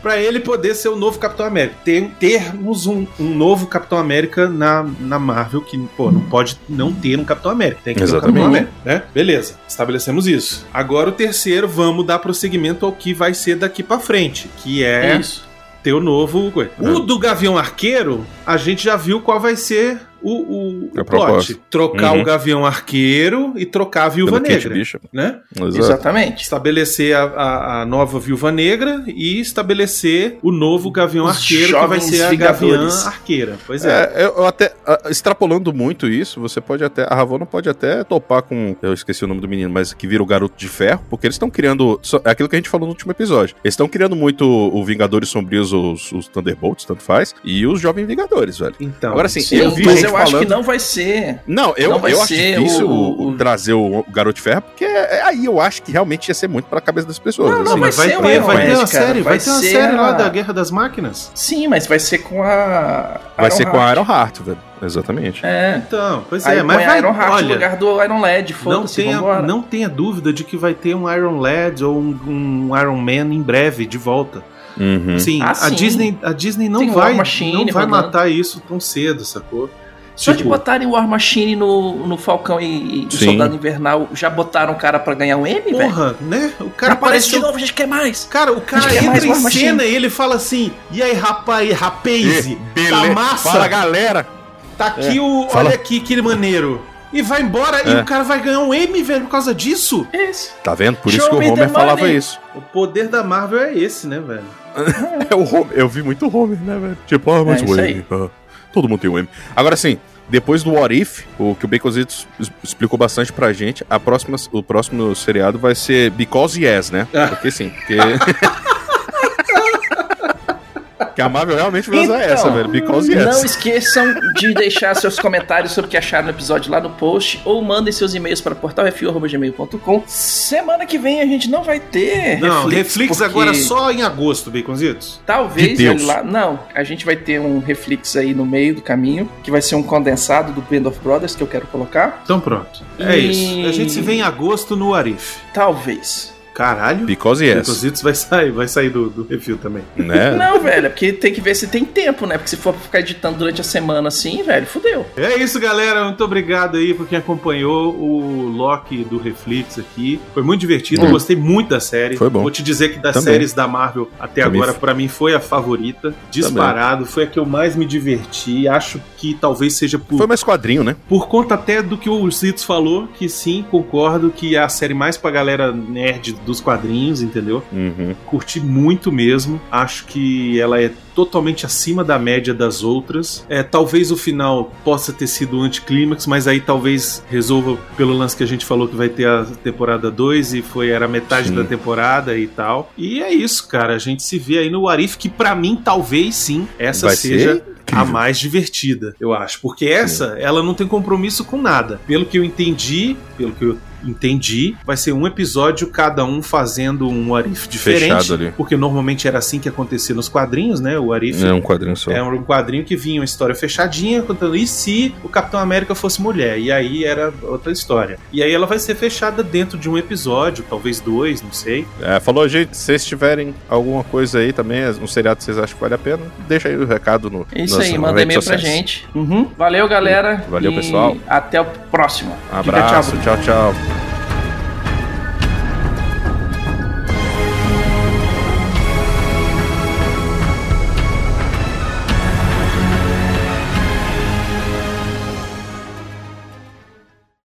S4: pra ele poder ser o novo Capitão América. Tem, termos um, um novo Capitão América na, na Marvel, que, pô, não pode não ter um Capitão América. Tem que ter um Capitão
S3: Exatamente.
S4: América, né? Beleza, estabelecemos isso. Agora o terceiro, vamos dar prosseguimento ao que vai ser daqui pra frente, que é
S2: Isso.
S4: ter o novo. coisa.
S3: É
S4: O do Gavião Arqueiro, a gente já viu qual vai ser o, o,
S3: A
S4: o
S3: proposta.
S4: plot. Trocar
S3: Uhum.
S4: o Gavião Arqueiro e trocar a Viúva
S3: Pelo Kate
S4: Negra,
S3: Bishop.
S4: né?
S2: é
S3: Exato.
S2: Exatamente.
S4: estabelecer a, a- a nova Viúva Negra e estabelecer o novo Gavião
S2: Os
S4: Arqueiro, que vai
S2: jovens
S4: ser a Gaviã
S2: Vingadores.
S4: Arqueira. Pois é.
S3: É, eu eu até, ah, extrapolando muito isso, você pode até, a Ravonna pode até topar com, eu esqueci o nome do menino, mas que vira o Garoto de Ferro, porque eles estão criando, só- é aquilo que a gente falou no último episódio, eles estão criando muito o Vingadores Sombrios, os, os Thunderbolts, tanto faz, e os Jovens Vingadores, velho.
S4: Então,
S3: Agora sim,
S2: Sim,
S3: eu vi
S2: mas
S3: gente
S2: eu acho
S3: falando-
S2: que não vai ser.
S3: Não, eu,
S2: Não vai
S3: eu acho
S2: ser
S3: difícil
S2: o-
S3: o- o trazer o, o Garoto de Ferro, porque é- é aí eu acho que realmente ia ser muito pra cabeça das pessoas.
S2: Não, não,
S3: assim.
S2: vai
S4: vai,
S2: ser o
S4: ter,
S2: Iron
S4: vai ter
S2: Man,
S4: uma
S2: cara,
S4: série, vai
S2: vai
S4: ter uma
S2: ser
S4: série lá
S2: a-
S4: da Guerra das Máquinas.
S2: Sim, mas vai ser com a.
S3: Vai ser com a
S2: Ironheart.
S3: Iron Heart, velho. Exatamente.
S2: É.
S4: Então, pois
S2: Aí
S4: é, mas
S2: põe
S4: vai,
S2: a Iron Heart no
S4: olha,
S2: lugar do Iron Lad,
S4: não
S2: foda-se,
S4: tenha,
S2: vambora.
S4: não tenha dúvida de que vai ter um Iron Lad ou um, um Iron Man em breve de volta.
S3: Uhum.
S4: Sim,
S2: Ah,
S4: a
S2: sim.
S4: Disney, a Disney não
S2: Tem
S4: vai,
S2: War Machine
S4: não vai
S2: rodando.
S4: matar isso tão cedo, sacou?
S2: Só de
S4: Tipo,
S2: botarem o War Machine no, no Falcão e, e
S3: Sim.
S2: Soldado Invernal, já botaram o cara pra ganhar um M, velho?
S4: porra, né? O cara
S2: Cara, parece
S4: aparece
S2: de novo, a gente quer mais.
S4: Cara, o
S2: Acho
S4: cara
S2: que é mais
S4: entra em
S2: War Machine.
S4: cena e ele fala assim: E aí, rapaz, rapaz, tá
S3: Beleza.
S4: massa,
S3: Fala, galera!
S4: tá aqui o.
S3: Fala.
S4: Olha aqui que maneiro. E vai embora e
S3: É.
S4: o cara vai ganhar um M, velho, por causa disso.
S2: Isso.
S3: Tá vendo? Por isso
S2: Show
S3: que o
S2: me the
S3: Homer falava
S2: money.
S3: isso.
S4: O poder da Marvel é esse, né, velho?
S3: É o Homer. Eu vi muito Homer, né, velho? Tipo, ah, mas
S2: É,
S3: o
S2: isso
S3: M. ah, todo mundo tem o M. Agora sim, depois do What If, o que o Baconzitos es- explicou bastante pra gente, a próxima, o próximo seriado vai ser Because Yes, né?
S4: Ah.
S3: Porque sim, porque. que a Marvel realmente vai usar
S2: Então,
S3: é essa, velho. Because Yes.
S2: Não esqueçam de deixar seus comentários sobre o que acharam no episódio lá no post ou mandem seus e-mails para portalrefil.gmail.com. Semana que vem a gente não vai ter
S4: Não, Netflix
S2: porque
S4: agora só em agosto, Baconzitos.
S2: Talvez
S3: De Deus.
S2: ele lá. Não, a gente vai ter um Reflex aí no meio do caminho, que vai ser um condensado do Band of Brothers que eu quero colocar.
S4: Então pronto. É
S2: E-
S4: isso. A gente se vê em agosto no Arif.
S2: Talvez.
S4: Caralho.
S3: Because yes.
S4: Because It's vai sair, vai sair do, do review também.
S3: Né?
S2: Não, velho, é porque tem que ver se tem tempo, né? Porque se for pra ficar editando durante a semana assim, velho, fudeu.
S4: É isso, galera. Muito obrigado aí por quem acompanhou o Loki do Reflex aqui. Foi muito divertido. Eu gostei muito da série.
S3: Hum. Foi bom.
S4: Vou te dizer que das
S3: Também.
S4: séries da Marvel até
S3: Também
S4: agora,
S3: f-
S4: pra mim, foi a favorita. Disparado. Foi a que eu mais me diverti. Acho que talvez seja por,
S3: Foi mais quadrinho, né?
S4: por conta até do que o Zitos falou, que sim, concordo que é a série mais pra galera nerd dos quadrinhos, entendeu?
S3: Uhum.
S4: Curti muito mesmo. Acho que ela é totalmente acima da média das outras. É, talvez o final possa ter sido um anticlímax, mas aí talvez resolva pelo lance que a gente falou que vai ter a temporada 2 e foi era metade
S3: Sim.
S4: da temporada e tal. E é isso, cara. A gente se vê aí no Arif que pra mim talvez sim essa
S3: Vai
S4: seja
S3: ser
S4: a
S3: incrível.
S4: mais divertida, eu acho. Porque essa, ela não tem compromisso com nada. Pelo que eu entendi, pelo que eu entendi, vai ser um episódio cada um fazendo um Arif diferente.
S3: Fechado ali.
S4: Porque normalmente era assim que acontecia nos quadrinhos, né? O Arif
S3: É um quadrinho só.
S4: era um quadrinho que vinha uma história fechadinha, contando e se o Capitão América fosse mulher? E aí era outra história. E aí ela vai ser fechada dentro de um episódio, talvez dois, não sei.
S3: É, falou, gente, se vocês tiverem alguma coisa aí também, um seriado que vocês acham que vale a pena, deixa aí o recado no.
S2: É isso
S3: nas
S2: aí, manda
S3: redes
S2: e-mail pra
S3: sociais.
S2: gente. Uhum. Valeu, galera.
S3: Valeu,
S2: E
S3: pessoal.
S2: Até o próximo.
S3: Abraço, tchau, tchau.